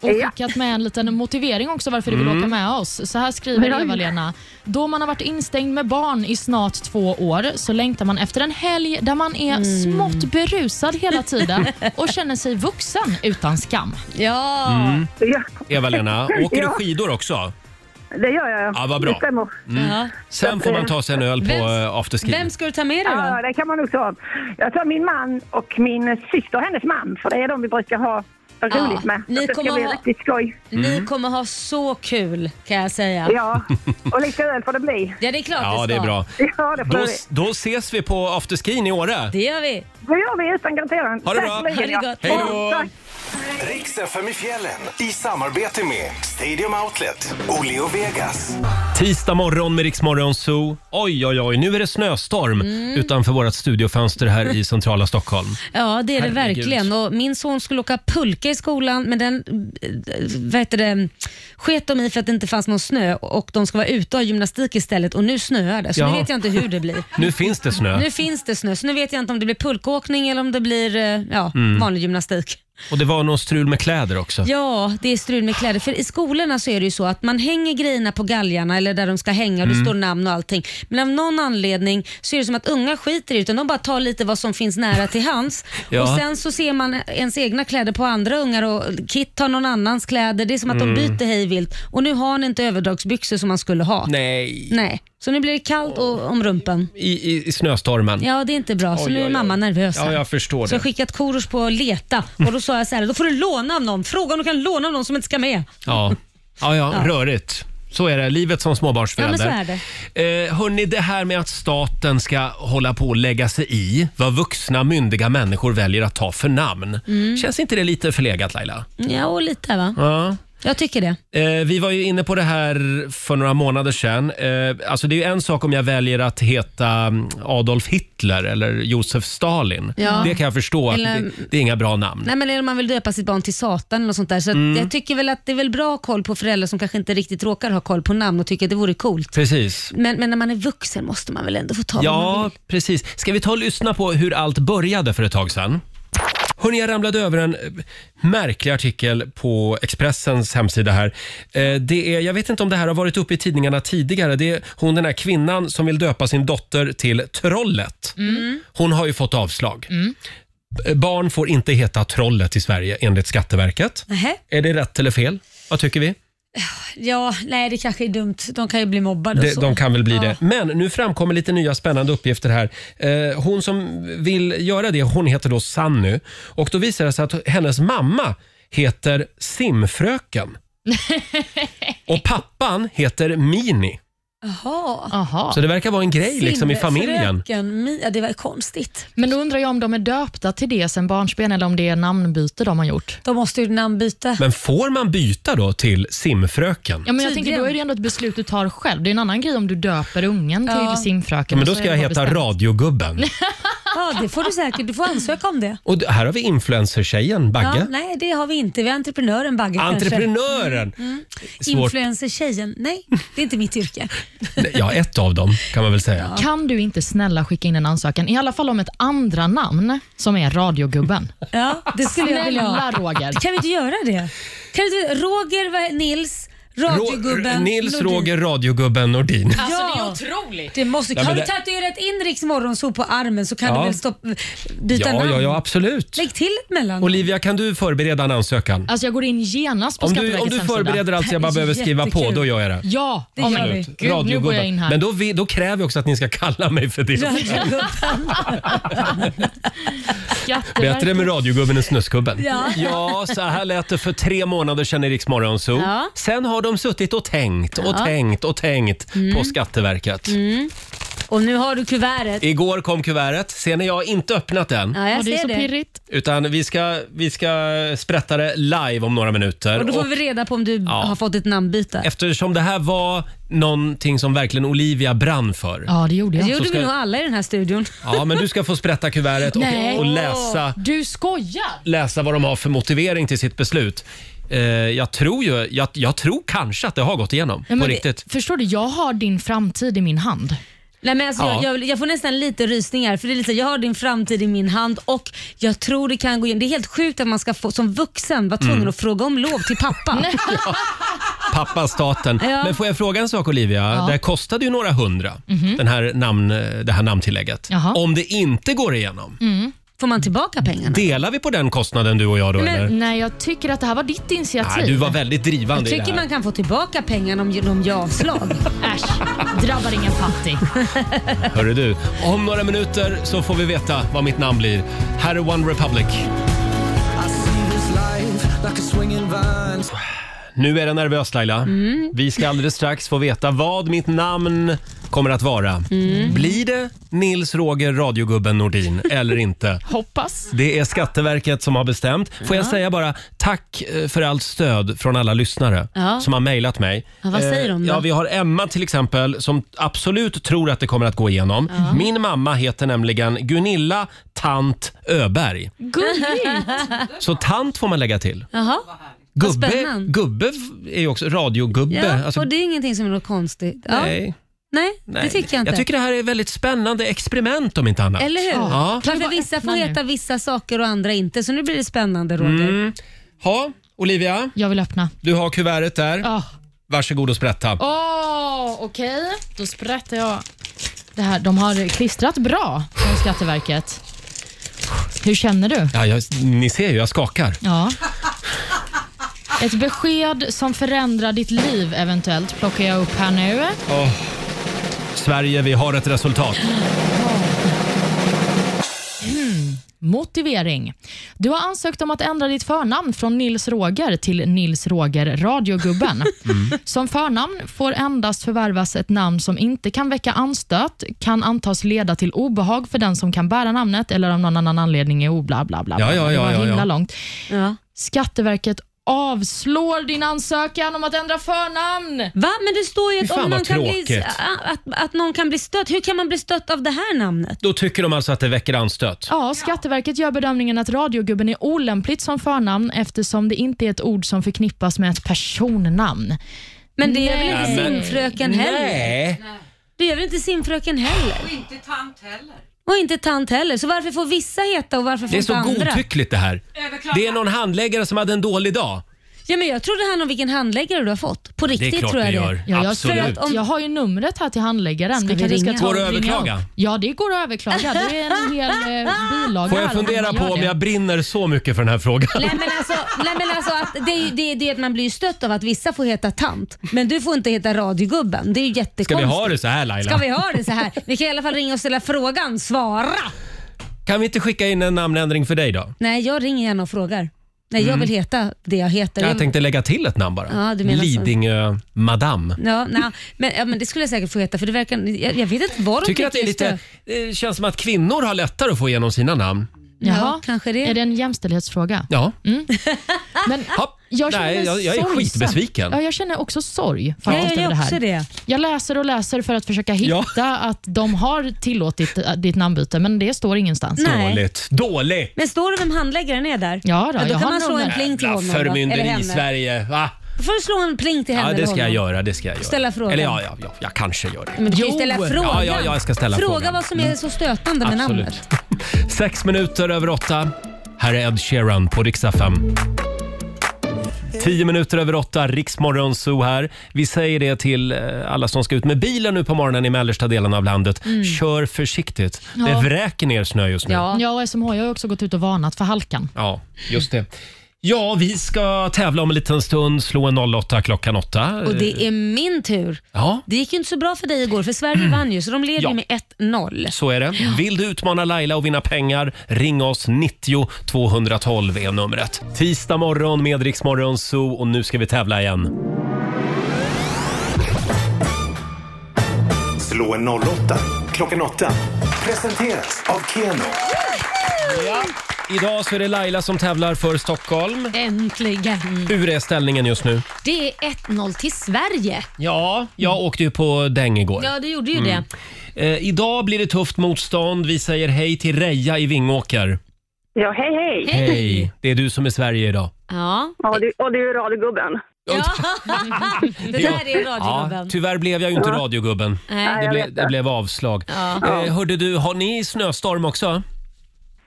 [SPEAKER 3] Och skickat med en liten motivering också varför du vill
[SPEAKER 1] Mm.
[SPEAKER 3] åka med oss. Så här skriver Eva-Lena. Då man har varit instängd med barn i snart två år så längtar man efter en helg där man är
[SPEAKER 1] Mm.
[SPEAKER 3] smått berusad hela tiden och känner sig vuxen utan skam.
[SPEAKER 2] Ja.
[SPEAKER 1] Mm.
[SPEAKER 5] Ja,
[SPEAKER 1] Eva-Lena, åker du
[SPEAKER 5] Ja.
[SPEAKER 1] skidor också?
[SPEAKER 5] det gör jag.
[SPEAKER 1] Ja, vad bra.
[SPEAKER 5] Det stämmer.
[SPEAKER 2] Ja.
[SPEAKER 1] Sen får man ta sig en öl på
[SPEAKER 2] Vem-
[SPEAKER 1] eh, afterski.
[SPEAKER 2] Vem ska du ta med dig
[SPEAKER 5] Ja,
[SPEAKER 2] då?
[SPEAKER 5] det kan man nog ta. Jag tar min man och min syster och hennes man, för det är de vi brukar ha roligt med.
[SPEAKER 2] ni
[SPEAKER 5] det ska
[SPEAKER 2] kommer
[SPEAKER 5] bli
[SPEAKER 2] ha-
[SPEAKER 5] riktigt skoj.
[SPEAKER 1] Mm.
[SPEAKER 2] Ni kommer ha så kul kan jag säga. Ja,
[SPEAKER 5] Ja, och lite öl får det bli.
[SPEAKER 2] det är klart
[SPEAKER 1] Ja,
[SPEAKER 2] ska.
[SPEAKER 1] det är bra.
[SPEAKER 5] Ja, det får det
[SPEAKER 1] Då,
[SPEAKER 5] bli.
[SPEAKER 1] då ses vi på afterskin i Åre.
[SPEAKER 2] Det gör vi.
[SPEAKER 5] Det gör vi utan garanteran.
[SPEAKER 1] Ha det
[SPEAKER 5] Tack
[SPEAKER 1] bra.
[SPEAKER 5] för livet,
[SPEAKER 2] Ha det gott.
[SPEAKER 5] ja.
[SPEAKER 1] Hej
[SPEAKER 5] Ja,
[SPEAKER 1] då!
[SPEAKER 5] tack.
[SPEAKER 4] Riks FM i fjällen i samarbete med Stadium Outlet, Oleo Vegas.
[SPEAKER 1] Tisdag morgon med Riksmorgon Zoo. Oj, oj, oj, nu är det snöstorm
[SPEAKER 2] Mm.
[SPEAKER 1] utanför vårt studiofönster här i centrala Stockholm.
[SPEAKER 2] Ja, det är det
[SPEAKER 1] Herregud.
[SPEAKER 2] verkligen. Och min son skulle åka pulka i skolan, men den eh, vad heter det, sket de i för att det inte fanns någon snö och de ska vara ute och ha gymnastik istället och nu snöar det, så
[SPEAKER 1] Jaha.
[SPEAKER 2] nu vet jag inte hur
[SPEAKER 1] <laughs>
[SPEAKER 2] det blir. <laughs>
[SPEAKER 1] Nu finns det snö
[SPEAKER 2] Nu finns det snö, så nu vet jag inte om det blir pulkåkning eller om det blir eh, ja,
[SPEAKER 1] Mm.
[SPEAKER 2] vanlig gymnastik.
[SPEAKER 1] och det var någon strul med kläder också.
[SPEAKER 2] Ja, det är strul med kläder. För i skolorna så är det ju så att man hänger grejerna på galgarna eller där de ska hänga och det
[SPEAKER 1] Mm.
[SPEAKER 2] står namn och allting. Men av någon anledning så är det som att unga skiter i det, utan de bara tar lite vad som finns nära till hands.
[SPEAKER 1] Ja.
[SPEAKER 2] Och sen så ser man ens egna kläder på andra ungar och Kit tar någon annans kläder. Det är som att
[SPEAKER 1] Mm.
[SPEAKER 2] de byter hejvilt. Och nu har han inte överdragsbyxor som man skulle ha.
[SPEAKER 1] Nej,
[SPEAKER 2] Nej. Så nu blir det kallt och, om rumpen.
[SPEAKER 1] i, i, i snöstormen.
[SPEAKER 2] Ja, det är inte bra. Så
[SPEAKER 1] Oj,
[SPEAKER 2] nu
[SPEAKER 1] oj,
[SPEAKER 2] är
[SPEAKER 1] oj.
[SPEAKER 2] mamma nervös.
[SPEAKER 1] Ja,
[SPEAKER 2] här.
[SPEAKER 1] jag förstår
[SPEAKER 2] Så jag
[SPEAKER 1] det.
[SPEAKER 2] skickat Korosh på att leta och då sa jag så här, då får du låna av någon. Fråga om du kan låna av någon som inte ska med.
[SPEAKER 1] Ja, ja, ja, rörigt. Så är det, livet som småbarnsförälder.
[SPEAKER 2] Ja, men så är
[SPEAKER 1] det. Eh, hörni, det här med att staten ska hålla på och lägga sig i vad vuxna myndiga människor väljer att ta för namn.
[SPEAKER 2] Mm.
[SPEAKER 1] Känns inte det lite förlegat Laila?
[SPEAKER 2] Ja, och lite va?
[SPEAKER 1] Ja.
[SPEAKER 2] Jag tycker det.
[SPEAKER 1] Eh, vi var ju inne på det här för några månader sedan. Eh, alltså det är ju en sak om jag väljer att heta mm, Adolf Hitler eller Josef Stalin.
[SPEAKER 2] Ja.
[SPEAKER 1] Det kan jag förstå, att
[SPEAKER 2] Eller-
[SPEAKER 1] det, det är inga bra namn.
[SPEAKER 2] Nej men eller om man vill döpa sitt barn till Satan eller något sånt där. Så att
[SPEAKER 1] Mm.
[SPEAKER 2] jag tycker väl att det är väl bra koll på föräldrar som kanske inte riktigt råkar ha koll på namn och tycker att det vore coolt.
[SPEAKER 1] Precis.
[SPEAKER 2] Men, men när man är vuxen måste man väl ändå få ta vad man
[SPEAKER 1] Ja,
[SPEAKER 2] vill.
[SPEAKER 1] precis. Ska vi ta och lyssna på hur allt började för ett tag sedan? Hörrni, jag ramlade över en eh, märklig artikel på Expressens hemsida här. Eh, Det är, jag vet inte om det här har varit uppe i tidningarna tidigare. Det är hon den här kvinnan som vill döpa sin dotter till Trollet. Hon har ju fått avslag. B- Barn får inte heta Trollet i Sverige enligt Skatteverket.
[SPEAKER 2] Nähä?
[SPEAKER 1] Är det rätt eller fel? Vad tycker vi?
[SPEAKER 2] Ja, nej det kanske är dumt. De kan ju bli mobbade och
[SPEAKER 1] De,
[SPEAKER 3] Alltså.
[SPEAKER 2] så.
[SPEAKER 1] de kan väl bli
[SPEAKER 2] Ja.
[SPEAKER 1] det. Men nu framkommer lite nya spännande uppgifter här. Eh, hon som vill göra det, hon heter då Sanny. Och då visar det sig att hennes mamma heter
[SPEAKER 3] <laughs>
[SPEAKER 1] Simfröken. Och pappan heter Mini.
[SPEAKER 2] Jaha.
[SPEAKER 3] Aha.
[SPEAKER 1] Så det verkar vara en grej liksom i familjen.
[SPEAKER 2] Fröken Mia, det var ju konstigt.
[SPEAKER 3] Men då undrar jag om de är döpta till det sen barnsben eller om det är namnbyte de har gjort.
[SPEAKER 2] De måste ju namnbyta.
[SPEAKER 1] Men får man byta då till Simfröken?
[SPEAKER 3] Ja, men jag
[SPEAKER 2] Tydligen.
[SPEAKER 3] tänker, då är det ändå ett beslut du tar själv. Det är en annan grej om du döper ungen
[SPEAKER 2] Ja.
[SPEAKER 3] till simfröken.
[SPEAKER 1] Ja, men då
[SPEAKER 3] och så
[SPEAKER 1] ska
[SPEAKER 3] är
[SPEAKER 1] jag
[SPEAKER 3] det bara
[SPEAKER 1] heta
[SPEAKER 3] bestämt.
[SPEAKER 1] Radiogubben.
[SPEAKER 3] <laughs>
[SPEAKER 2] Ja, det får du säkert. Du får ansöka om det.
[SPEAKER 1] Och d- här har vi influencertjejen
[SPEAKER 2] Ja,
[SPEAKER 1] Bagge.
[SPEAKER 2] nej, det har vi inte. Vi har entreprenören Bagge kanske.
[SPEAKER 1] Entreprenören!
[SPEAKER 3] Mm,
[SPEAKER 1] Svårt.
[SPEAKER 2] Influencer-tjejen. Nej, det är inte mitt yrke.
[SPEAKER 1] Ja, ett av dem kan man väl säga.
[SPEAKER 3] Kan du inte snälla skicka in en ansökan, i alla fall om ett andra namn som är radiogubben?
[SPEAKER 2] Ja, det skulle jag vilja ha.
[SPEAKER 3] Snälla Roger.
[SPEAKER 2] Kan vi inte göra det? Kan vi inte, Roger, vad- Nils, radiogubben.
[SPEAKER 1] Rå- Nils
[SPEAKER 2] Nordin.
[SPEAKER 1] Roger Radiogubben Nordin.
[SPEAKER 2] Ja,
[SPEAKER 6] Otroligt!
[SPEAKER 2] det måste,
[SPEAKER 1] Nej,
[SPEAKER 2] har
[SPEAKER 1] men
[SPEAKER 2] du
[SPEAKER 1] det-
[SPEAKER 2] tatuerat in Riks morgonsol på armen så kan
[SPEAKER 1] Ja.
[SPEAKER 2] du väl stopp, byta
[SPEAKER 1] Ja,
[SPEAKER 2] namn?
[SPEAKER 1] ja, ja, absolut.
[SPEAKER 2] Lägg till ett mellan.
[SPEAKER 1] Olivia, kan du förbereda en ansökan?
[SPEAKER 3] Alltså jag går in genast på
[SPEAKER 1] Om du,
[SPEAKER 3] Skatteverkets
[SPEAKER 1] om du
[SPEAKER 3] hemsida.
[SPEAKER 1] förbereder allt jag bara behöver skriva på,
[SPEAKER 2] Jättekul.
[SPEAKER 1] då gör jag det.
[SPEAKER 3] Ja,
[SPEAKER 2] Det
[SPEAKER 3] oh,
[SPEAKER 2] gör
[SPEAKER 3] men
[SPEAKER 2] vi.
[SPEAKER 3] gud, nu går jag in här.
[SPEAKER 1] Men då, vi, då kräver jag också att ni ska kalla mig för det.
[SPEAKER 2] Radiogubben.
[SPEAKER 3] Skatteverket.
[SPEAKER 1] Bättre med radiogubben än snusgubben.
[SPEAKER 2] Ja.
[SPEAKER 1] så här lät det för tre månader sedan i Rix Morgon Zoo.
[SPEAKER 2] Ja.
[SPEAKER 1] Sen har de suttit och tänkt och tänkt och tänkt
[SPEAKER 3] Mm.
[SPEAKER 1] på Skatteverket.
[SPEAKER 2] <laughs> Och nu har du kuvertet.
[SPEAKER 1] Igår kom kuvertet. Ser ni, jag har inte öppnat än.
[SPEAKER 2] Ja, jag
[SPEAKER 3] Ja, det är
[SPEAKER 2] ser
[SPEAKER 3] så
[SPEAKER 2] det.
[SPEAKER 3] pirrigt.
[SPEAKER 1] Utan vi ska, vi ska sprätta det live om några minuter.
[SPEAKER 2] Och då får
[SPEAKER 1] Och-
[SPEAKER 2] vi reda på om du
[SPEAKER 1] Ja.
[SPEAKER 2] har fått ett namnbyte.
[SPEAKER 1] Eftersom det här var någonting som verkligen Olivia brann för. Ja,
[SPEAKER 3] Ja, det gjorde
[SPEAKER 2] Det
[SPEAKER 3] jag.
[SPEAKER 2] gjorde
[SPEAKER 1] ska-
[SPEAKER 2] vi nog alla i den här studion.
[SPEAKER 1] men du ska få sprätta kuvertet och,
[SPEAKER 3] Nej.
[SPEAKER 1] och läsa,
[SPEAKER 3] Du skojar!
[SPEAKER 1] läsa vad de har för motivering till sitt beslut. Eh, jag tror ju, jag, jag tror kanske att det har gått igenom
[SPEAKER 3] Ja,
[SPEAKER 1] på
[SPEAKER 3] men
[SPEAKER 1] riktigt.
[SPEAKER 3] det- Förstår du, jag har din framtid i min hand.
[SPEAKER 2] Nej, men alltså,
[SPEAKER 1] Ja.
[SPEAKER 2] jag, jag, jag får nästan lite rysningar för det är lite, så här, jag har din framtid i min hand och jag tror det kan gå igenom. Det är helt sjukt att man ska få, som vuxen vara
[SPEAKER 1] Mm.
[SPEAKER 2] tvungen att fråga om lov
[SPEAKER 1] <laughs>
[SPEAKER 2] till pappa.
[SPEAKER 1] Pappa staten.
[SPEAKER 2] Ja.
[SPEAKER 1] Men får jag fråga en sak Olivia? Det här kostade ju några hundra, den här namn, det här namntillägget.
[SPEAKER 3] Jaha.
[SPEAKER 1] Om det inte går igenom,
[SPEAKER 2] Får man tillbaka pengarna?
[SPEAKER 1] delar vi på den kostnaden du och jag då eller?
[SPEAKER 3] Nej, jag tycker att det här var ditt initiativ.
[SPEAKER 1] Nej, du var väldigt drivande i det
[SPEAKER 2] Tycker
[SPEAKER 1] här.
[SPEAKER 2] man kan få tillbaka pengarna om de gör
[SPEAKER 1] <laughs>
[SPEAKER 2] avslag?
[SPEAKER 3] Äsch, drabbar ingen fattig.
[SPEAKER 1] Hörru du, om några minuter så får vi veta vad mitt namn blir. Här är One Republic. Nu är det nervöst Laila.
[SPEAKER 2] Mm.
[SPEAKER 1] Vi ska alldeles strax få veta vad mitt namn kommer att vara.
[SPEAKER 2] Mm.
[SPEAKER 1] Blir det Nils Roger radiogubben Nordin eller inte?
[SPEAKER 3] Hoppas.
[SPEAKER 1] Det är Skatteverket som har bestämt. Får jag säga bara tack eh, för allt stöd från alla lyssnare
[SPEAKER 2] Ja.
[SPEAKER 1] som har mejlat mig.
[SPEAKER 2] Ja, vad säger de
[SPEAKER 1] Eh,
[SPEAKER 2] då?
[SPEAKER 1] Ja, vi har Emma till exempel som absolut tror att det kommer att gå igenom. Min mamma heter nämligen Gunilla Tant Öberg.
[SPEAKER 2] Gulligt!
[SPEAKER 1] Så tant får man lägga till.
[SPEAKER 2] Jaha. Vad
[SPEAKER 1] Gubbe,
[SPEAKER 2] spännande.
[SPEAKER 1] gubbe f- är ju också radiogubbe.
[SPEAKER 2] Ja,
[SPEAKER 1] Alltså,
[SPEAKER 2] och det är ingenting som är något konstigt. Ja. Nej,
[SPEAKER 1] nej, nej.
[SPEAKER 2] det tycker jag inte.
[SPEAKER 1] Jag tycker det här är ett väldigt spännande experiment om inte annat.
[SPEAKER 2] Eller hur?
[SPEAKER 1] Ja.
[SPEAKER 2] Klart att vissa får
[SPEAKER 3] nu.
[SPEAKER 2] heta vissa saker och andra inte, så nu blir det spännande Roger.
[SPEAKER 1] Mm. Ha, Olivia,
[SPEAKER 3] Jag vill öppna.
[SPEAKER 1] du har kuvertet där.
[SPEAKER 3] Åh,
[SPEAKER 1] Varsågod och sprätta.
[SPEAKER 3] Åh, okej. Då sprättar jag. Det här, de har klistrat bra från Skatteverket. Hur känner du?
[SPEAKER 1] Ja, jag, ni ser ju, jag skakar.
[SPEAKER 3] Ja. <laughs> Ett besked som förändrar ditt liv eventuellt plockar jag upp här nu.
[SPEAKER 1] Sverige, vi har ett resultat.
[SPEAKER 3] Motivering. Du har ansökt om att ändra ditt förnamn från Nils Roger till Nils
[SPEAKER 1] <laughs>
[SPEAKER 3] Roger Radiogubben.
[SPEAKER 1] Mm.
[SPEAKER 3] Som förnamn får endast förvärvas ett namn som inte kan väcka anstöt, kan antas leda till obehag för den som kan bära namnet eller av någon annan anledning är obla bla bla.
[SPEAKER 1] Ja,
[SPEAKER 3] bla.
[SPEAKER 1] ja,
[SPEAKER 3] det
[SPEAKER 1] ja,
[SPEAKER 3] var
[SPEAKER 1] ja,
[SPEAKER 3] himla
[SPEAKER 1] ja.
[SPEAKER 3] långt.
[SPEAKER 2] Ja.
[SPEAKER 3] Skatteverket avslår din ansökan om att ändra förnamn.
[SPEAKER 2] Va? Men det står ju
[SPEAKER 1] Fy
[SPEAKER 2] att,
[SPEAKER 1] fan,
[SPEAKER 2] om någon
[SPEAKER 1] vad
[SPEAKER 2] kan bli,
[SPEAKER 1] tråkigt.
[SPEAKER 2] att, att någon kan bli stött. Hur kan man bli stött av det här namnet?
[SPEAKER 1] Då tycker de alltså att det väcker anstöt.
[SPEAKER 3] Ja, Skatteverket gör bedömningen att radiogubben är olämpligt som förnamn eftersom det inte är ett ord som förknippas med ett personnamn.
[SPEAKER 2] Men det är väl
[SPEAKER 1] Nej,
[SPEAKER 2] inte
[SPEAKER 1] men-
[SPEAKER 2] simfröken heller?
[SPEAKER 1] Nej.
[SPEAKER 2] Det är väl inte simfröken heller?
[SPEAKER 6] Och inte tant heller.
[SPEAKER 2] Och inte tant heller. Så varför får vissa heta och varför får
[SPEAKER 1] Det är
[SPEAKER 2] inte
[SPEAKER 1] så
[SPEAKER 2] andra?
[SPEAKER 1] godtyckligt det här.
[SPEAKER 6] Överklaga.
[SPEAKER 1] Det är någon handläggare som hade en dålig dag.
[SPEAKER 2] Ja, men jag tror det handlar om vilken handläggare du har fått. På
[SPEAKER 1] Det
[SPEAKER 2] riktigt
[SPEAKER 1] är klart
[SPEAKER 2] tror
[SPEAKER 1] det
[SPEAKER 2] jag
[SPEAKER 1] gör.
[SPEAKER 2] det.
[SPEAKER 3] Ja, jag,
[SPEAKER 2] För
[SPEAKER 1] Absolut.
[SPEAKER 2] att om-
[SPEAKER 3] jag har ju numret här till handläggaren.
[SPEAKER 2] Ska vi
[SPEAKER 3] kanske
[SPEAKER 2] ringa?
[SPEAKER 1] Går det att
[SPEAKER 3] ringa
[SPEAKER 1] överklaga?
[SPEAKER 3] upp. Ja, det går att överklaga. Det är en hel eh,
[SPEAKER 1] <laughs>
[SPEAKER 3] bilaga.
[SPEAKER 1] Får jag
[SPEAKER 3] här om
[SPEAKER 1] fundera
[SPEAKER 3] man
[SPEAKER 1] på
[SPEAKER 3] gör
[SPEAKER 1] om
[SPEAKER 3] det.
[SPEAKER 1] jag brinner så mycket för den här frågan?
[SPEAKER 2] Nej men alltså, nej, men alltså att det, är ju- det, är- det är att man blir ju stött av att vissa får heta tant. Men du får inte heta radiogubben. Det är ju jättekonstigt.
[SPEAKER 1] Ska vi ha det så här
[SPEAKER 2] Ska
[SPEAKER 1] Laila?
[SPEAKER 2] vi ha det så här? Vi kan i alla fall ringa och ställa frågan. Svara!
[SPEAKER 1] Kan vi inte skicka in en namnändring för dig då?
[SPEAKER 2] Nej, jag ringer gärna och frågar. Nej, jag vill heta det jag heter.
[SPEAKER 1] Mm. Jag tänkte lägga till ett namn bara.
[SPEAKER 2] Ja, du menar så.
[SPEAKER 1] Lidingö Madame.
[SPEAKER 2] Ja, nej, men, ja, men det skulle jag säkert få heta för det verkar... Jag, jag vet inte vad de
[SPEAKER 1] Tycker att det är lite... Det känns som att kvinnor har lättare att få igenom sina namn.
[SPEAKER 2] Jaha,
[SPEAKER 3] Jaha,
[SPEAKER 2] ja, kanske det.
[SPEAKER 3] Är det en jämställdhetsfråga?
[SPEAKER 1] Ja.
[SPEAKER 2] Mm.
[SPEAKER 3] Men
[SPEAKER 1] Hopp.
[SPEAKER 3] jag känner
[SPEAKER 1] Nej, jag, jag är
[SPEAKER 3] sorgsen.
[SPEAKER 1] skitbesviken.
[SPEAKER 3] Ja, jag känner också sorg
[SPEAKER 2] Ja,
[SPEAKER 3] faktiskt
[SPEAKER 2] jag gör
[SPEAKER 3] över det här.
[SPEAKER 2] också det.
[SPEAKER 3] Jag läser och läser för att försöka
[SPEAKER 1] Ja.
[SPEAKER 3] hitta att de har tillåtit eh, ditt namnbyte, men det står ingenstans.
[SPEAKER 2] Nej.
[SPEAKER 1] Dåligt. Dåligt!
[SPEAKER 2] Men står det vem handläggaren är där?
[SPEAKER 3] Ja, då,
[SPEAKER 2] då
[SPEAKER 3] jag
[SPEAKER 2] kan
[SPEAKER 3] har
[SPEAKER 2] man slå
[SPEAKER 3] någon
[SPEAKER 2] en
[SPEAKER 3] där.
[SPEAKER 2] pling till
[SPEAKER 1] Jävla
[SPEAKER 2] honom. då, eller
[SPEAKER 1] förmynderi
[SPEAKER 2] henne.
[SPEAKER 1] i Sverige. Va?
[SPEAKER 2] Då får du slå en pling till henne
[SPEAKER 1] Ja, det
[SPEAKER 2] eller
[SPEAKER 1] ska jag
[SPEAKER 2] honom.
[SPEAKER 1] göra. Det ska jag göra.
[SPEAKER 2] Ställa frågan.
[SPEAKER 1] Eller ja, ja, ja, jag kanske gör det.
[SPEAKER 2] Men du kan ju
[SPEAKER 1] Jo.
[SPEAKER 2] ställa frågan.
[SPEAKER 1] Ja, ja, jag ska ställa
[SPEAKER 2] Fråga
[SPEAKER 1] frågan. Mm.
[SPEAKER 2] vad som är så stötande med namnet.
[SPEAKER 1] <laughs> Sex minuter över åtta. Här är Ed Sheeran på riksdag 5. Tio minuter över åtta, Riksmorgon Zoo här. Vi säger det till eh, alla som ska ut med bilen nu på morgonen i mellersta delen av landet.
[SPEAKER 2] Mm.
[SPEAKER 1] Kör försiktigt. Det vräker ner snö just nu.
[SPEAKER 3] Ja, och SMH har ju också gått ut och varnat för halkan.
[SPEAKER 1] Ja, just det. Ja, vi ska tävla om en liten stund. Slå en 08 klockan åtta.
[SPEAKER 2] Och det är min tur.
[SPEAKER 1] Ja,
[SPEAKER 2] Det gick ju inte så bra för dig igår för Sverige vann ju så de leder
[SPEAKER 1] Ja.
[SPEAKER 2] ju med 1-0.
[SPEAKER 1] så är det. Vill du utmana Laila och vinna pengar? Ring oss. 90 212 är numret. Tisdag morgon med Rix Morgon Zoo och nu ska vi tävla igen.
[SPEAKER 4] Slå en 08 klockan 8. Presenteras av Keno.
[SPEAKER 1] Idag så är det Laila som tävlar för Stockholm.
[SPEAKER 2] Äntligen!
[SPEAKER 1] Hur är ställningen just nu?
[SPEAKER 2] Det är 1-0 till Sverige.
[SPEAKER 1] Ja, jag åkte ju på däng igår.
[SPEAKER 2] Ja, du gjorde ju det.
[SPEAKER 1] Mm. Eh, idag blir det tufft motstånd. Vi säger hej till Reja i Vingåker.
[SPEAKER 5] Ja, hej hej.
[SPEAKER 2] Hej.
[SPEAKER 1] Hej! Det är du som är Sverige idag.
[SPEAKER 2] Ja.
[SPEAKER 5] Och du, och du är radiogubben.
[SPEAKER 2] ja.
[SPEAKER 1] <laughs>
[SPEAKER 2] det där
[SPEAKER 1] Ja,
[SPEAKER 2] är
[SPEAKER 1] typ.
[SPEAKER 2] radiogubben.
[SPEAKER 1] tyvärr blev jag ju inte radiogubben.
[SPEAKER 2] Nej.
[SPEAKER 1] Det, ble, det blev avslag. Eh, hörde du, har ni snöstorm också?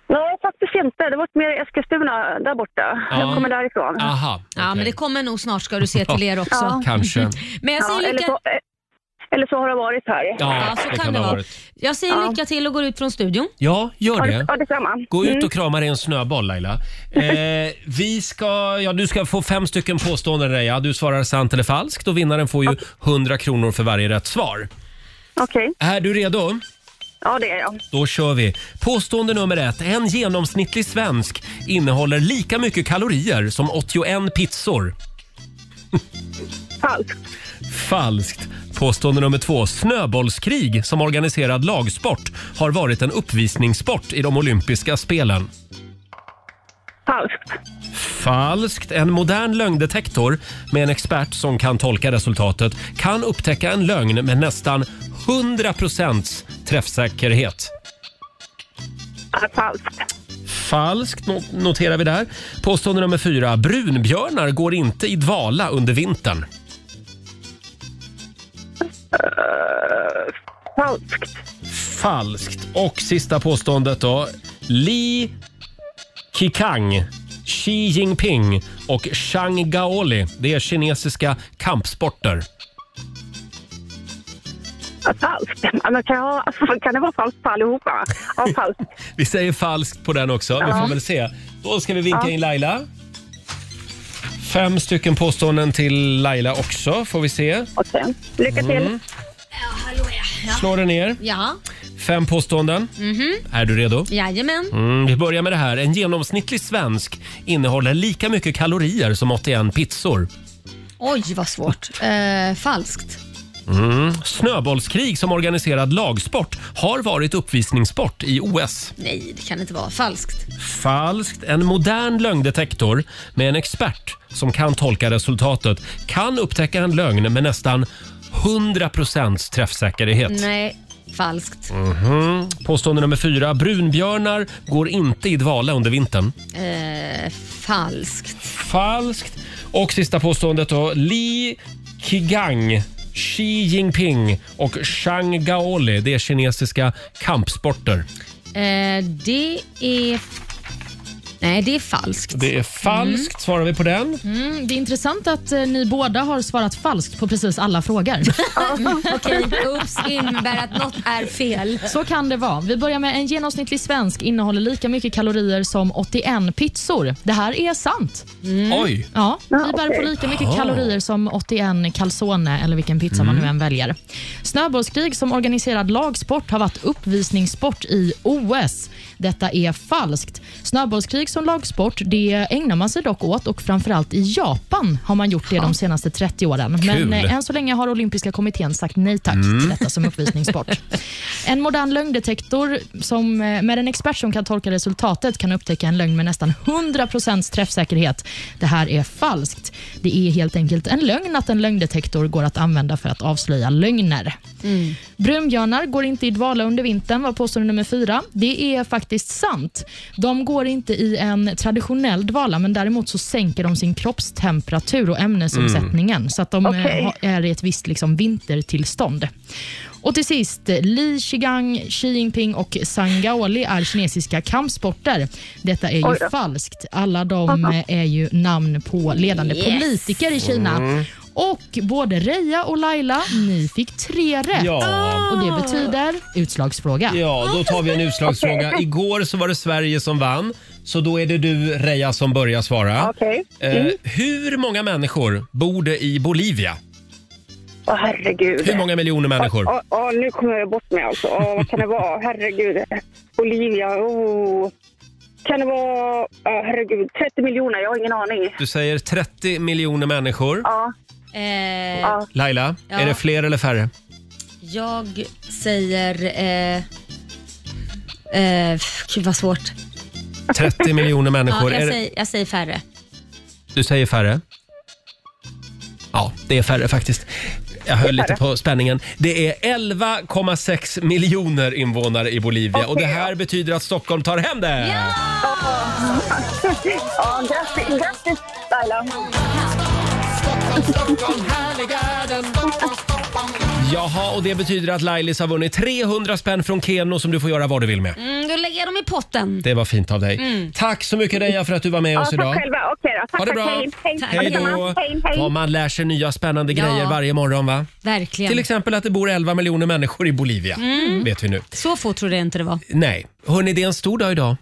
[SPEAKER 5] Nej, faktiskt inte. Det var mer i Eskilstuna där borta.
[SPEAKER 1] Ja. Ah.
[SPEAKER 5] Jag kommer därifrån.
[SPEAKER 1] Aha.
[SPEAKER 2] Ja, men
[SPEAKER 1] okej.
[SPEAKER 2] det kommer nog snart ska du se till er också.
[SPEAKER 1] Kanske.
[SPEAKER 2] Men jag
[SPEAKER 5] Ja,
[SPEAKER 2] säger
[SPEAKER 5] eller,
[SPEAKER 2] lycka...
[SPEAKER 5] så, eh, eller så har det varit här.
[SPEAKER 1] Ja,
[SPEAKER 2] Ja, så kan det vara. Jag säger
[SPEAKER 5] Ja.
[SPEAKER 2] lycka till och går ut från studion.
[SPEAKER 1] Ja, gör
[SPEAKER 5] Ja,
[SPEAKER 1] det.
[SPEAKER 5] det, ja, detsamma.
[SPEAKER 1] Gå
[SPEAKER 5] Mm.
[SPEAKER 1] ut och krama dig en snöboll
[SPEAKER 2] <laughs>
[SPEAKER 1] Laila. Eh, vi ska, ja, du ska få fem stycken påståenden Reja. Du svarar sant eller falskt och vinnaren får ju 100 kronor för varje rätt svar.
[SPEAKER 5] Mm, Okej,
[SPEAKER 1] Är du redo?
[SPEAKER 5] ja det är jag.
[SPEAKER 1] Då kör vi. Påstående nummer ett. En genomsnittlig svensk innehåller lika mycket kalorier som 81 pizzor.
[SPEAKER 5] Falskt.
[SPEAKER 1] Falskt. Påstående nummer två. Snöbollskrig som organiserad lagsport har varit en uppvisningssport i de olympiska spelen.
[SPEAKER 5] Falskt.
[SPEAKER 1] Falskt. En modern lögndetektor med en expert som kan tolka resultatet kan upptäcka en lögn med nästan 100 träffsäkerhet.
[SPEAKER 5] Ja, Äh, Falskt.
[SPEAKER 1] Falskt not- noterar vi där. Påstående nummer fyra. Brunbjörnar går inte i dvala under vintern.
[SPEAKER 5] Falskt.
[SPEAKER 1] Falskt. Och sista påståendet då. Li Kikang, Xi Jinping och Zhang Gaoli. Det är kinesiska kampsporter.
[SPEAKER 5] Ja, Falskt. Ja, men Kan, jag, alltså, <laughs> kan det vara falskt på allihopa? Ja, falskt.
[SPEAKER 1] Vi säger falskt på den också. Vi får väl se. Då ska vi vinka in Laila. Fem stycken påståenden till Laila också, får vi se.
[SPEAKER 5] Okej. Lycka till.
[SPEAKER 1] Mm. Slår den ner.
[SPEAKER 2] Ja,
[SPEAKER 1] Fem påståenden. Är du redo?
[SPEAKER 2] jajamän.
[SPEAKER 1] Mm, vi börjar med det här. En genomsnittlig svensk innehåller lika mycket kalorier som 81 pizzor.
[SPEAKER 2] Oj, vad svårt. Eh, falskt.
[SPEAKER 1] Mm. Snöbollskrig som organiserad lagsport har varit uppvisningssport i OS.
[SPEAKER 2] Nej, det kan inte vara falskt.
[SPEAKER 1] Falskt. En modern lögndetektor med en expert som kan tolka resultatet kan upptäcka en lögn med nästan 100 träffsäkerhet.
[SPEAKER 2] Nej, falskt.
[SPEAKER 1] Mm. Påstående nummer fyra. Brunbjörnar går inte i dvala under vintern.
[SPEAKER 2] Eh, falskt.
[SPEAKER 1] Falskt. Och sista påståendet då. Li Qigang, Xi Jinping och Zhang Gaoli. Det är kinesiska kampsporter.
[SPEAKER 2] Eh, det är... Nej, det är falskt.
[SPEAKER 1] Det är falskt, svarar vi på den.
[SPEAKER 3] Mm, det är intressant att eh, ni båda har svarat falskt på precis alla <laughs> frågor.
[SPEAKER 2] <laughs> Okej, oops innebär att något är fel.
[SPEAKER 3] Så kan det vara. Vi börjar med en genomsnittlig svensk innehåller lika mycket kalorier som 81 pizzor. Det här är sant.
[SPEAKER 1] Oj!
[SPEAKER 3] Ja, vi
[SPEAKER 5] Ja,
[SPEAKER 3] bär på
[SPEAKER 5] okej.
[SPEAKER 3] lika mycket
[SPEAKER 1] Ah. Mm.
[SPEAKER 3] kalorier som 81 calzone eller vilken pizza man nu än väljer. Snöbollskrig som organiserad lagsport har varit uppvisningssport i OS. Detta är falskt. Snöbollskrig som lagsport det ägnar man sig dock åt och framförallt i Japan har man gjort det de senaste 30 åren.
[SPEAKER 1] Kul.
[SPEAKER 3] Men eh, <laughs> än så länge har olympiska kommittén sagt nej tack till detta som uppvisningssport. en modern lögndetektor som, eh, med en expert som kan tolka resultatet kan upptäcka en lögn med nästan 100% träffsäkerhet. Det här är falskt. Det är helt enkelt en lögn att en lögndetektor går att använda för att avslöja lögner. Brunbjörnar går inte i dvala under vintern, var påstående nummer fyra. Det är faktiskt sant. De går inte i en traditionell dvala, men däremot så sänker de sin kroppstemperatur och ämnesomsättningen, så att de eh,
[SPEAKER 5] Okej.
[SPEAKER 3] ha- är i ett visst liksom, vintertillstånd. Och till sist, Li Qigang, Xi Jinping och Zhang Gaoli är kinesiska kampsporter. Detta är ju
[SPEAKER 5] Oj då.
[SPEAKER 3] falskt. Alla de eh, är ju namn på ledande
[SPEAKER 2] Yes.
[SPEAKER 3] politiker i Kina.
[SPEAKER 1] Mm.
[SPEAKER 3] Och både Reja och Laila, ni fick tre rätt.
[SPEAKER 1] Ja.
[SPEAKER 3] Och det betyder utslagsfråga.
[SPEAKER 1] ja, då tar vi en utslagsfråga. Igår så var det Sverige som vann, så då är det du Reja som börjar svara.
[SPEAKER 5] Okej. Mm.
[SPEAKER 1] Eh,
[SPEAKER 2] Mm.
[SPEAKER 1] hur många människor bor det i Bolivia?
[SPEAKER 5] Åh, herregud.
[SPEAKER 1] Hur många miljoner människor?
[SPEAKER 5] Åh, åh, nu kommer jag bort mig alltså. Åh, vad kan
[SPEAKER 1] <laughs>
[SPEAKER 5] det vara? Herregud. Olivia. Oh. Kan det vara... åh, herregud. 30 miljoner. Jag har ingen aning.
[SPEAKER 1] Du säger 30 miljoner människor.
[SPEAKER 5] Ja.
[SPEAKER 2] Eh,
[SPEAKER 1] Laila,
[SPEAKER 2] Ja.
[SPEAKER 1] är det fler eller färre?
[SPEAKER 2] jag säger... Eh, eh, f- gud vad svårt.
[SPEAKER 1] 30 miljoner
[SPEAKER 2] Ja,
[SPEAKER 1] människor.
[SPEAKER 2] jag,
[SPEAKER 1] Är det-
[SPEAKER 2] säger, jag säger färre.
[SPEAKER 1] Du säger färre? Ja, det är färre faktiskt. Jag höll lite på spänningen. Det är 11,6 miljoner invånare i Bolivia och det här betyder att Stockholm tar hem det!
[SPEAKER 5] <laughs> Ja, grattis, grattis Laila.
[SPEAKER 1] Jaha, och det betyder att Lailis har vunnit 300 spänn från Keno som du får göra vad du vill med.
[SPEAKER 2] Mm, då lägger jag dem i potten.
[SPEAKER 1] Det var fint av dig. Tack så mycket Reija för att du var med
[SPEAKER 5] Mm. Ja,
[SPEAKER 1] oss idag.
[SPEAKER 5] tack själva. Okej då. Tack,
[SPEAKER 1] Ha det
[SPEAKER 5] tack.
[SPEAKER 1] bra.
[SPEAKER 5] Hej, hej.
[SPEAKER 1] Hej då!
[SPEAKER 5] Detsamma. Hej, hej.
[SPEAKER 1] Ja, man lär sig nya spännande
[SPEAKER 2] Ja.
[SPEAKER 1] grejer varje morgon va?
[SPEAKER 2] Verkligen.
[SPEAKER 1] Till exempel att det bor 11 miljoner människor i Bolivia.
[SPEAKER 5] Mm.
[SPEAKER 1] Vet vi nu.
[SPEAKER 2] Så få trodde jag inte det var.
[SPEAKER 1] Nej. Hörni, det är en stor dag idag.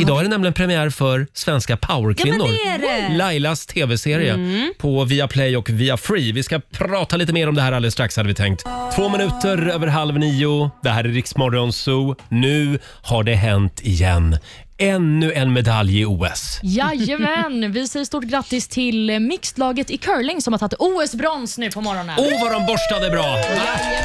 [SPEAKER 1] Idag är det nämligen premiär för svenska powerkvinnor.
[SPEAKER 2] Ja, men det är det. Mm.
[SPEAKER 1] Lailas tv-serie på Viaplay och Via Free. Vi ska prata lite mer om det här alldeles strax hade vi tänkt. Två minuter över halv nio. Det här är Riksmorgon Zoo. Nu har det hänt igen. ännu en medalj i OS.
[SPEAKER 3] Jajamän, vi säger stort grattis till eh, mixedlaget i curling som har tagit OS-brons nu på morgonen.
[SPEAKER 1] Åh, vad de borstade bra!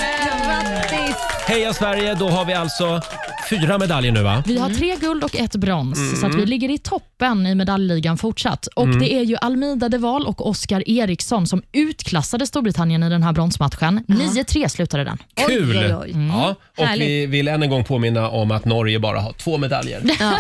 [SPEAKER 2] Grattis!
[SPEAKER 1] Heja Sverige! Då har vi alltså fyra medaljer nu va?
[SPEAKER 3] Vi har tre guld och ett brons, så att vi
[SPEAKER 1] Mm.
[SPEAKER 3] ligger i toppen i medaljligan fortsatt. Och Det är ju Almida Deval och Oskar Eriksson som utklassade Storbritannien i den här bronsmatchen. 9-3 slutade den.
[SPEAKER 1] Kul!
[SPEAKER 2] Oj, oj, oj.
[SPEAKER 1] Ja, och
[SPEAKER 2] Härligt.
[SPEAKER 1] vi vill än en gång påminna om att Norge bara har två medaljer.
[SPEAKER 2] Ja.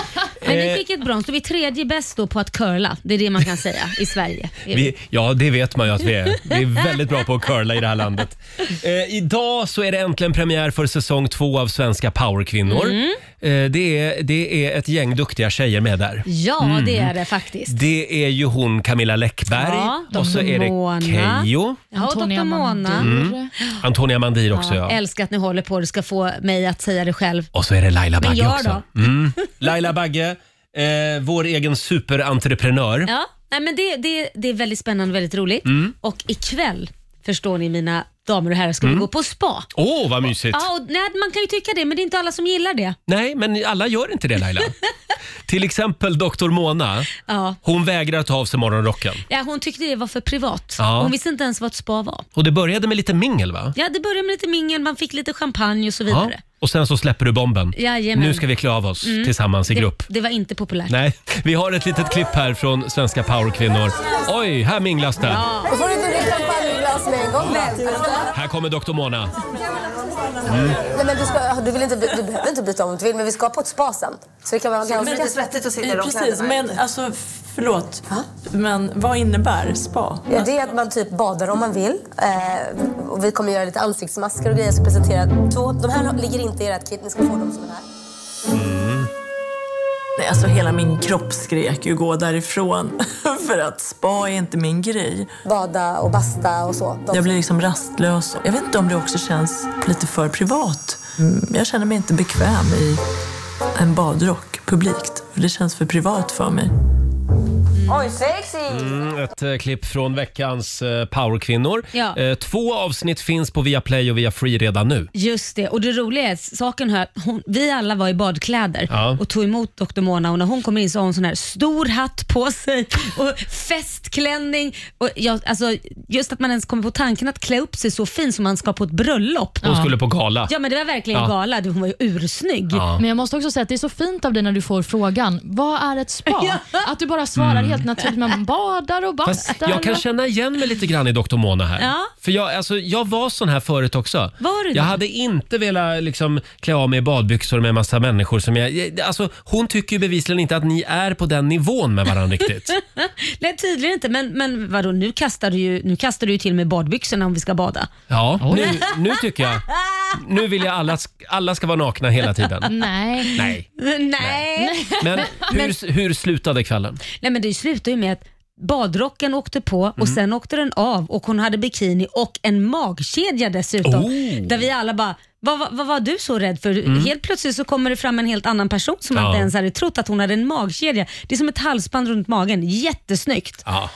[SPEAKER 2] Men
[SPEAKER 1] Eh.
[SPEAKER 2] vi fick ett brons, då vi är tredje bäst då på att curla. Det är det man kan säga i Sverige.
[SPEAKER 1] <laughs> Vi, ja, det vet man ju att vi är. Vi är väldigt bra på att curla i det här landet. Eh, idag så är det äntligen premiär för säsong två av Svenska powerkvinnor.
[SPEAKER 2] Mm.
[SPEAKER 1] Eh, det, är, det är ett gäng duktiga tjejer med där.
[SPEAKER 2] Ja, det
[SPEAKER 1] Mm.
[SPEAKER 2] är det faktiskt.
[SPEAKER 1] Det är ju hon Camilla Läckberg
[SPEAKER 2] Ja,
[SPEAKER 1] och så är
[SPEAKER 2] Mona.
[SPEAKER 1] det Keyyo.
[SPEAKER 2] Ja, och Dr. Mona.
[SPEAKER 3] Mm.
[SPEAKER 1] Antonia Mandir också Mm, ja.
[SPEAKER 2] Ja, älskar att ni håller på. Du ska få mig att säga det själv.
[SPEAKER 1] Och så är det Laila
[SPEAKER 2] Men
[SPEAKER 1] Bagge
[SPEAKER 2] jag
[SPEAKER 1] också. Mm. Laila Bagge, eh, vår egen superentreprenör.
[SPEAKER 2] Ja, nej, men det, det, det är väldigt spännande och väldigt roligt.
[SPEAKER 1] Mm.
[SPEAKER 2] Och ikväll, förstår ni mina damer och herrar, ska
[SPEAKER 1] Mm.
[SPEAKER 2] vi gå på spa.
[SPEAKER 1] Åh, vad mysigt!
[SPEAKER 2] Ja, och, nej, man kan ju tycka det, men det är inte alla som gillar det.
[SPEAKER 1] Nej, men alla gör inte det
[SPEAKER 2] <laughs>
[SPEAKER 1] Laila. Till exempel Dr. Mona.
[SPEAKER 2] Ja.
[SPEAKER 1] Hon vägrar ta av sig morgonrocken.
[SPEAKER 2] Ja, hon tyckte det var för privat.
[SPEAKER 1] Ja.
[SPEAKER 2] Hon visste inte ens vad ett spa var.
[SPEAKER 1] Och det började med lite mingel va?
[SPEAKER 2] Ja, det började med lite mingel, man fick lite champagne och så vidare.
[SPEAKER 1] Och sen så släpper du bomben.
[SPEAKER 2] Jajamän. Mm.
[SPEAKER 1] Nu ska vi klä av oss tillsammans i grupp.
[SPEAKER 2] Det, det var inte populärt.
[SPEAKER 1] Nej, vi har ett litet klipp här från svenska powerkvinnor. Oj, här minglas det.
[SPEAKER 8] Då får du inte dricka champagneglas med en gång. Välkommen.
[SPEAKER 1] Här kommer Dr. Mona.
[SPEAKER 8] Nej, men du, ska, du, vill inte, by- du behöver inte byta om om du vill, men vi ska på ett spa sen. Så det kan vara ganska...
[SPEAKER 5] svettigt att sitta
[SPEAKER 10] Precis, men alltså förlåt. Men vad innebär spa?
[SPEAKER 8] Ja, det är att man typ badar om man vill. Eh, och vi kommer göra lite ansiktsmasker och grejer så presentera två. De här ligger inte i ert kit, ni ska få dem som är här.
[SPEAKER 10] Nej, alltså hela min kropp skrek ju gå därifrån. <laughs> För att spa är inte min grej.
[SPEAKER 8] Bada och basta och så. De
[SPEAKER 10] Jag blir liksom rastlös. Jag vet inte om det också känns lite för privat. Mm, Jag känner mig inte bekväm i en badrock publikt. För det känns för privat för mig.
[SPEAKER 8] Oj, sexy!
[SPEAKER 1] Ett eh, klipp från veckans eh, powerkvinnor.
[SPEAKER 2] Ja.
[SPEAKER 1] Eh, två avsnitt finns på Viaplay och Viafree redan nu.
[SPEAKER 2] Just det, och det roliga är att saken här, hon, vi alla var i badkläder
[SPEAKER 1] Ja.
[SPEAKER 2] och tog emot Dr. Mona och när hon kommer in så har hon sån här stor hatt på sig och festklänning. Och jag, alltså, just att man ens kommer på tanken att klä upp sig så fint som man ska på ett bröllop.
[SPEAKER 1] Hon skulle på gala.
[SPEAKER 2] Ja men det var verkligen
[SPEAKER 1] Ja.
[SPEAKER 2] gala, hon var ju ursnygg.
[SPEAKER 1] Ja.
[SPEAKER 3] Men jag måste också säga att det är så fint av dig när du får frågan, vad är
[SPEAKER 2] <laughs>
[SPEAKER 3] ett spa? Att du bara svarar helt naturligt, man badar och
[SPEAKER 1] Mm. Fast
[SPEAKER 3] bastar.
[SPEAKER 1] jag kan känna igen mig lite grann i Dr. Mona här.
[SPEAKER 2] Ja.
[SPEAKER 1] För jag, alltså, jag var sån här förut också.
[SPEAKER 2] Var du
[SPEAKER 1] jag
[SPEAKER 2] det?
[SPEAKER 1] hade inte velat liksom, klä av mig i badbyxor med massa människor som jag... jag- Alltså, hon tycker ju bevisligen inte att ni är på den nivån med varandra
[SPEAKER 2] <laughs>
[SPEAKER 1] riktigt.
[SPEAKER 2] Nej tydligen inte, men, men vadå nu kastar, du ju, nu kastar du ju till och med badbyxorna om vi ska bada.
[SPEAKER 1] Ja, nu, nu tycker jag... Nu vill jag alla, alla ska vara nakna hela tiden.
[SPEAKER 3] Nej.
[SPEAKER 1] Nej.
[SPEAKER 2] Nej.
[SPEAKER 1] Men hur, hur slutade kvällen?
[SPEAKER 2] Nej men det slutade ju med att badrocken åkte på och
[SPEAKER 1] Mm.
[SPEAKER 2] sen åkte den av och hon hade bikini och en magkedja dessutom.
[SPEAKER 1] Oh. Mm.
[SPEAKER 2] Där vi alla bara, vad, vad, vad var du så rädd för? Helt plötsligt så kommer det fram en helt annan person som man
[SPEAKER 1] Ja.
[SPEAKER 2] inte ens hade trott att hon hade en magkedja. Det är som ett halsband runt magen, jättesnyggt.
[SPEAKER 1] Aha.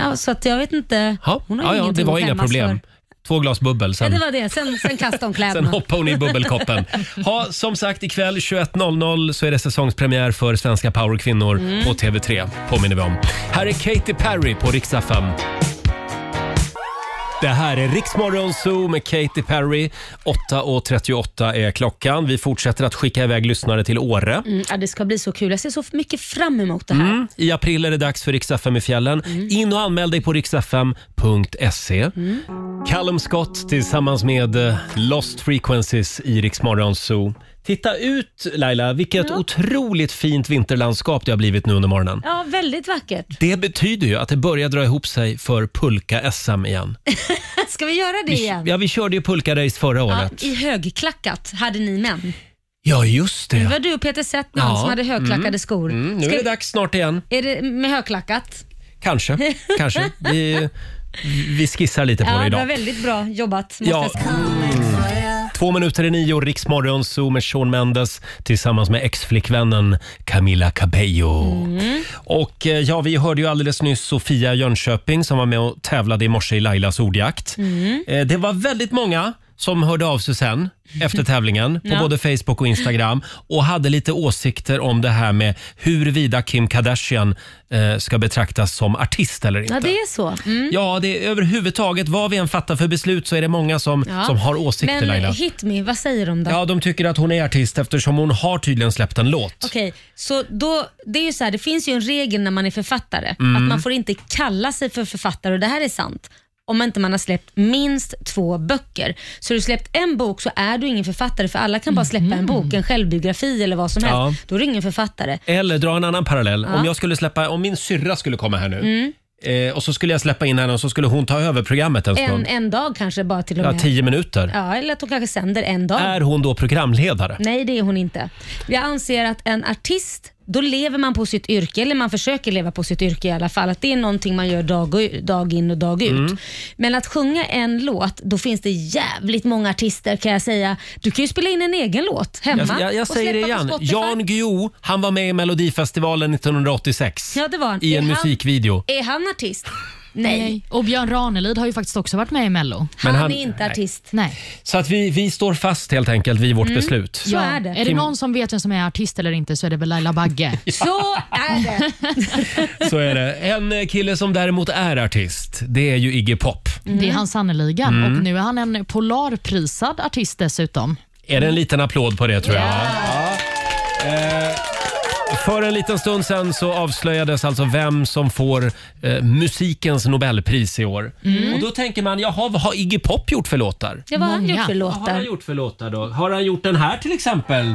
[SPEAKER 2] Ja, så att jag vet inte,
[SPEAKER 1] Ja,
[SPEAKER 2] hon har
[SPEAKER 1] ja, ja,
[SPEAKER 2] ingenting
[SPEAKER 1] det var
[SPEAKER 2] att
[SPEAKER 1] inga
[SPEAKER 2] skämmas
[SPEAKER 1] problem.
[SPEAKER 2] för.
[SPEAKER 1] Två glas bubbel,
[SPEAKER 2] Ja,
[SPEAKER 1] sen,
[SPEAKER 2] det var det, sen, sen kastade
[SPEAKER 1] <laughs>
[SPEAKER 2] hon
[SPEAKER 1] sen
[SPEAKER 2] kläderna.
[SPEAKER 1] hoppade hon i bubbelkoppen. Ha, som sagt, ikväll 21.00 så är det säsongspremiär för Svenska powerkvinnor på TV3, påminner vi om. Här är Katy Perry på riksdag 5. Det här är Riksmorgon Zoo med Katy Perry. 8.38 är klockan. Vi fortsätter att skicka iväg lyssnare till Åre.
[SPEAKER 2] Mm, ja, det ska bli så kul, jag ser så mycket fram emot det här.
[SPEAKER 1] I april är det dags för Rix FM i fjällen.
[SPEAKER 2] Mm.
[SPEAKER 1] In och anmäl dig på riksfm.se. Callum Scott tillsammans med eh, Lost Frequencies i Rix Morgon Zoo. Titta ut Laila, vilket otroligt fint vinterlandskap det har blivit nu under morgonen.
[SPEAKER 2] Ja, väldigt vackert.
[SPEAKER 1] Det betyder ju att det börjar dra ihop sig för pulka-SM igen.
[SPEAKER 2] Ska vi göra det
[SPEAKER 1] Vi,
[SPEAKER 2] igen?
[SPEAKER 1] ja, vi körde ju pulka-race förra
[SPEAKER 2] Ja,
[SPEAKER 1] året.
[SPEAKER 2] I högklackat hade ni män.
[SPEAKER 1] Ja, just
[SPEAKER 2] Det
[SPEAKER 1] det.
[SPEAKER 2] var du och Peter Settman
[SPEAKER 1] Ja. Mm.
[SPEAKER 2] som hade högklackade skor.
[SPEAKER 1] Nu är det dags snart igen.
[SPEAKER 2] är det med högklackat? <laughs>
[SPEAKER 1] Kanske, kanske. Vi, vi skissar lite på det
[SPEAKER 2] Ja, det
[SPEAKER 1] idag.
[SPEAKER 2] var väldigt bra jobbat. måste
[SPEAKER 1] Ja. Mm.
[SPEAKER 2] jag säga.
[SPEAKER 1] Två minuter i nio, Riksmorgon Zoo med Sean Mendes tillsammans med ex-flickvännen Camila Cabello. Och eh, ja, vi hörde ju alldeles nyss Sofia Jönköping som var med och tävlade i morse i Lailas ordjakt. Eh, Det var väldigt många som hörde av sig sen efter tävlingen på
[SPEAKER 2] Ja.
[SPEAKER 1] både Facebook och Instagram och hade lite åsikter om det här med huruvida Kim Kardashian eh, ska betraktas som artist eller inte.
[SPEAKER 2] Ja, det är så. Mm.
[SPEAKER 1] Ja, det är överhuvudtaget vad vi än fattar för beslut så är det många som,
[SPEAKER 2] Ja.
[SPEAKER 1] som har åsikter
[SPEAKER 2] Men
[SPEAKER 1] Laila.
[SPEAKER 2] hit me, vad säger de då?
[SPEAKER 1] Ja, de tycker att hon är artist eftersom hon har tydligen släppt en låt.
[SPEAKER 2] Okej, så då, det är ju så här, det finns ju en regel när man är författare,
[SPEAKER 1] Mm.
[SPEAKER 2] att man får inte kalla sig för författare och det här är sant om inte man har släppt minst två böcker. Så har du släppt en bok så är du ingen författare för alla kan bara släppa en bok, en självbiografi eller vad som helst.
[SPEAKER 1] Mm. Ja.
[SPEAKER 2] Då är du ingen författare.
[SPEAKER 1] Eller dra en annan parallell.
[SPEAKER 2] Ja. Mm.
[SPEAKER 1] Om, jag skulle släppa, om min syrra skulle komma här nu eh, och så skulle jag släppa in henne och så skulle hon ta över programmet en
[SPEAKER 2] En,
[SPEAKER 1] stund.
[SPEAKER 2] en dag kanske bara till och
[SPEAKER 1] Ja,
[SPEAKER 2] med.
[SPEAKER 1] tio minuter.
[SPEAKER 2] Ja, eller att hon kanske sänder en dag.
[SPEAKER 1] Är hon då programledare?
[SPEAKER 2] Nej, det är hon inte. Jag anser att en artist, då lever man på sitt yrke, eller man försöker leva på sitt yrke i alla fall. Att det är någonting man gör dag, u- dag in och dag ut.
[SPEAKER 1] Mm.
[SPEAKER 2] Men att sjunga en låt, då finns det jävligt många artister kan jag säga. Du kan ju spela in en egen låt hemma
[SPEAKER 1] Jag, jag, jag
[SPEAKER 2] och
[SPEAKER 1] säger det
[SPEAKER 2] släppa på
[SPEAKER 1] igen.
[SPEAKER 2] Spotify.
[SPEAKER 1] Jan Guillou, han var med i Melodifestivalen 1986
[SPEAKER 2] Ja, det var han.
[SPEAKER 1] i en
[SPEAKER 2] Är han-
[SPEAKER 1] musikvideo.
[SPEAKER 2] Är han artist? Nej,
[SPEAKER 3] Och Björn Ranelid har ju faktiskt också varit med i Mello.
[SPEAKER 1] Men
[SPEAKER 2] han,
[SPEAKER 1] han-
[SPEAKER 2] är inte
[SPEAKER 1] nej. <laughs>
[SPEAKER 2] artist.
[SPEAKER 3] Nej.
[SPEAKER 1] Så att vi, vi står fast helt enkelt vid vårt
[SPEAKER 2] Mm.
[SPEAKER 1] beslut.
[SPEAKER 2] Så är det.
[SPEAKER 3] Är det någon som vet vem som är artist eller inte så är det väl Laila Bagge.
[SPEAKER 2] Så är det.
[SPEAKER 1] Så är det. En eh, kille som däremot är artist, det är ju Iggy Pop.
[SPEAKER 3] Det är han sannerligen.
[SPEAKER 1] Mm.
[SPEAKER 3] Och nu är han en Polarprisad artist dessutom.
[SPEAKER 1] Är det en liten applåd på det tror jag? Ja. Eh, För en liten stund sen så avslöjades alltså vem som får eh, musikens Nobelpris i år. Och då tänker man, jaha vad har Iggy Pop gjort för låtar?
[SPEAKER 2] Det var han
[SPEAKER 3] Många.
[SPEAKER 2] gjort för
[SPEAKER 1] Vad har han
[SPEAKER 2] låtar.
[SPEAKER 1] gjort för låtar då? Har han gjort den här till exempel?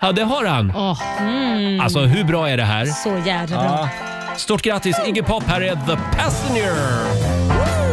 [SPEAKER 1] Ja, det har han.
[SPEAKER 3] Åh,
[SPEAKER 1] Alltså, hur bra är det här?
[SPEAKER 2] Så jävla bra.
[SPEAKER 1] Stort grattis Iggy Pop, här är The Passenger!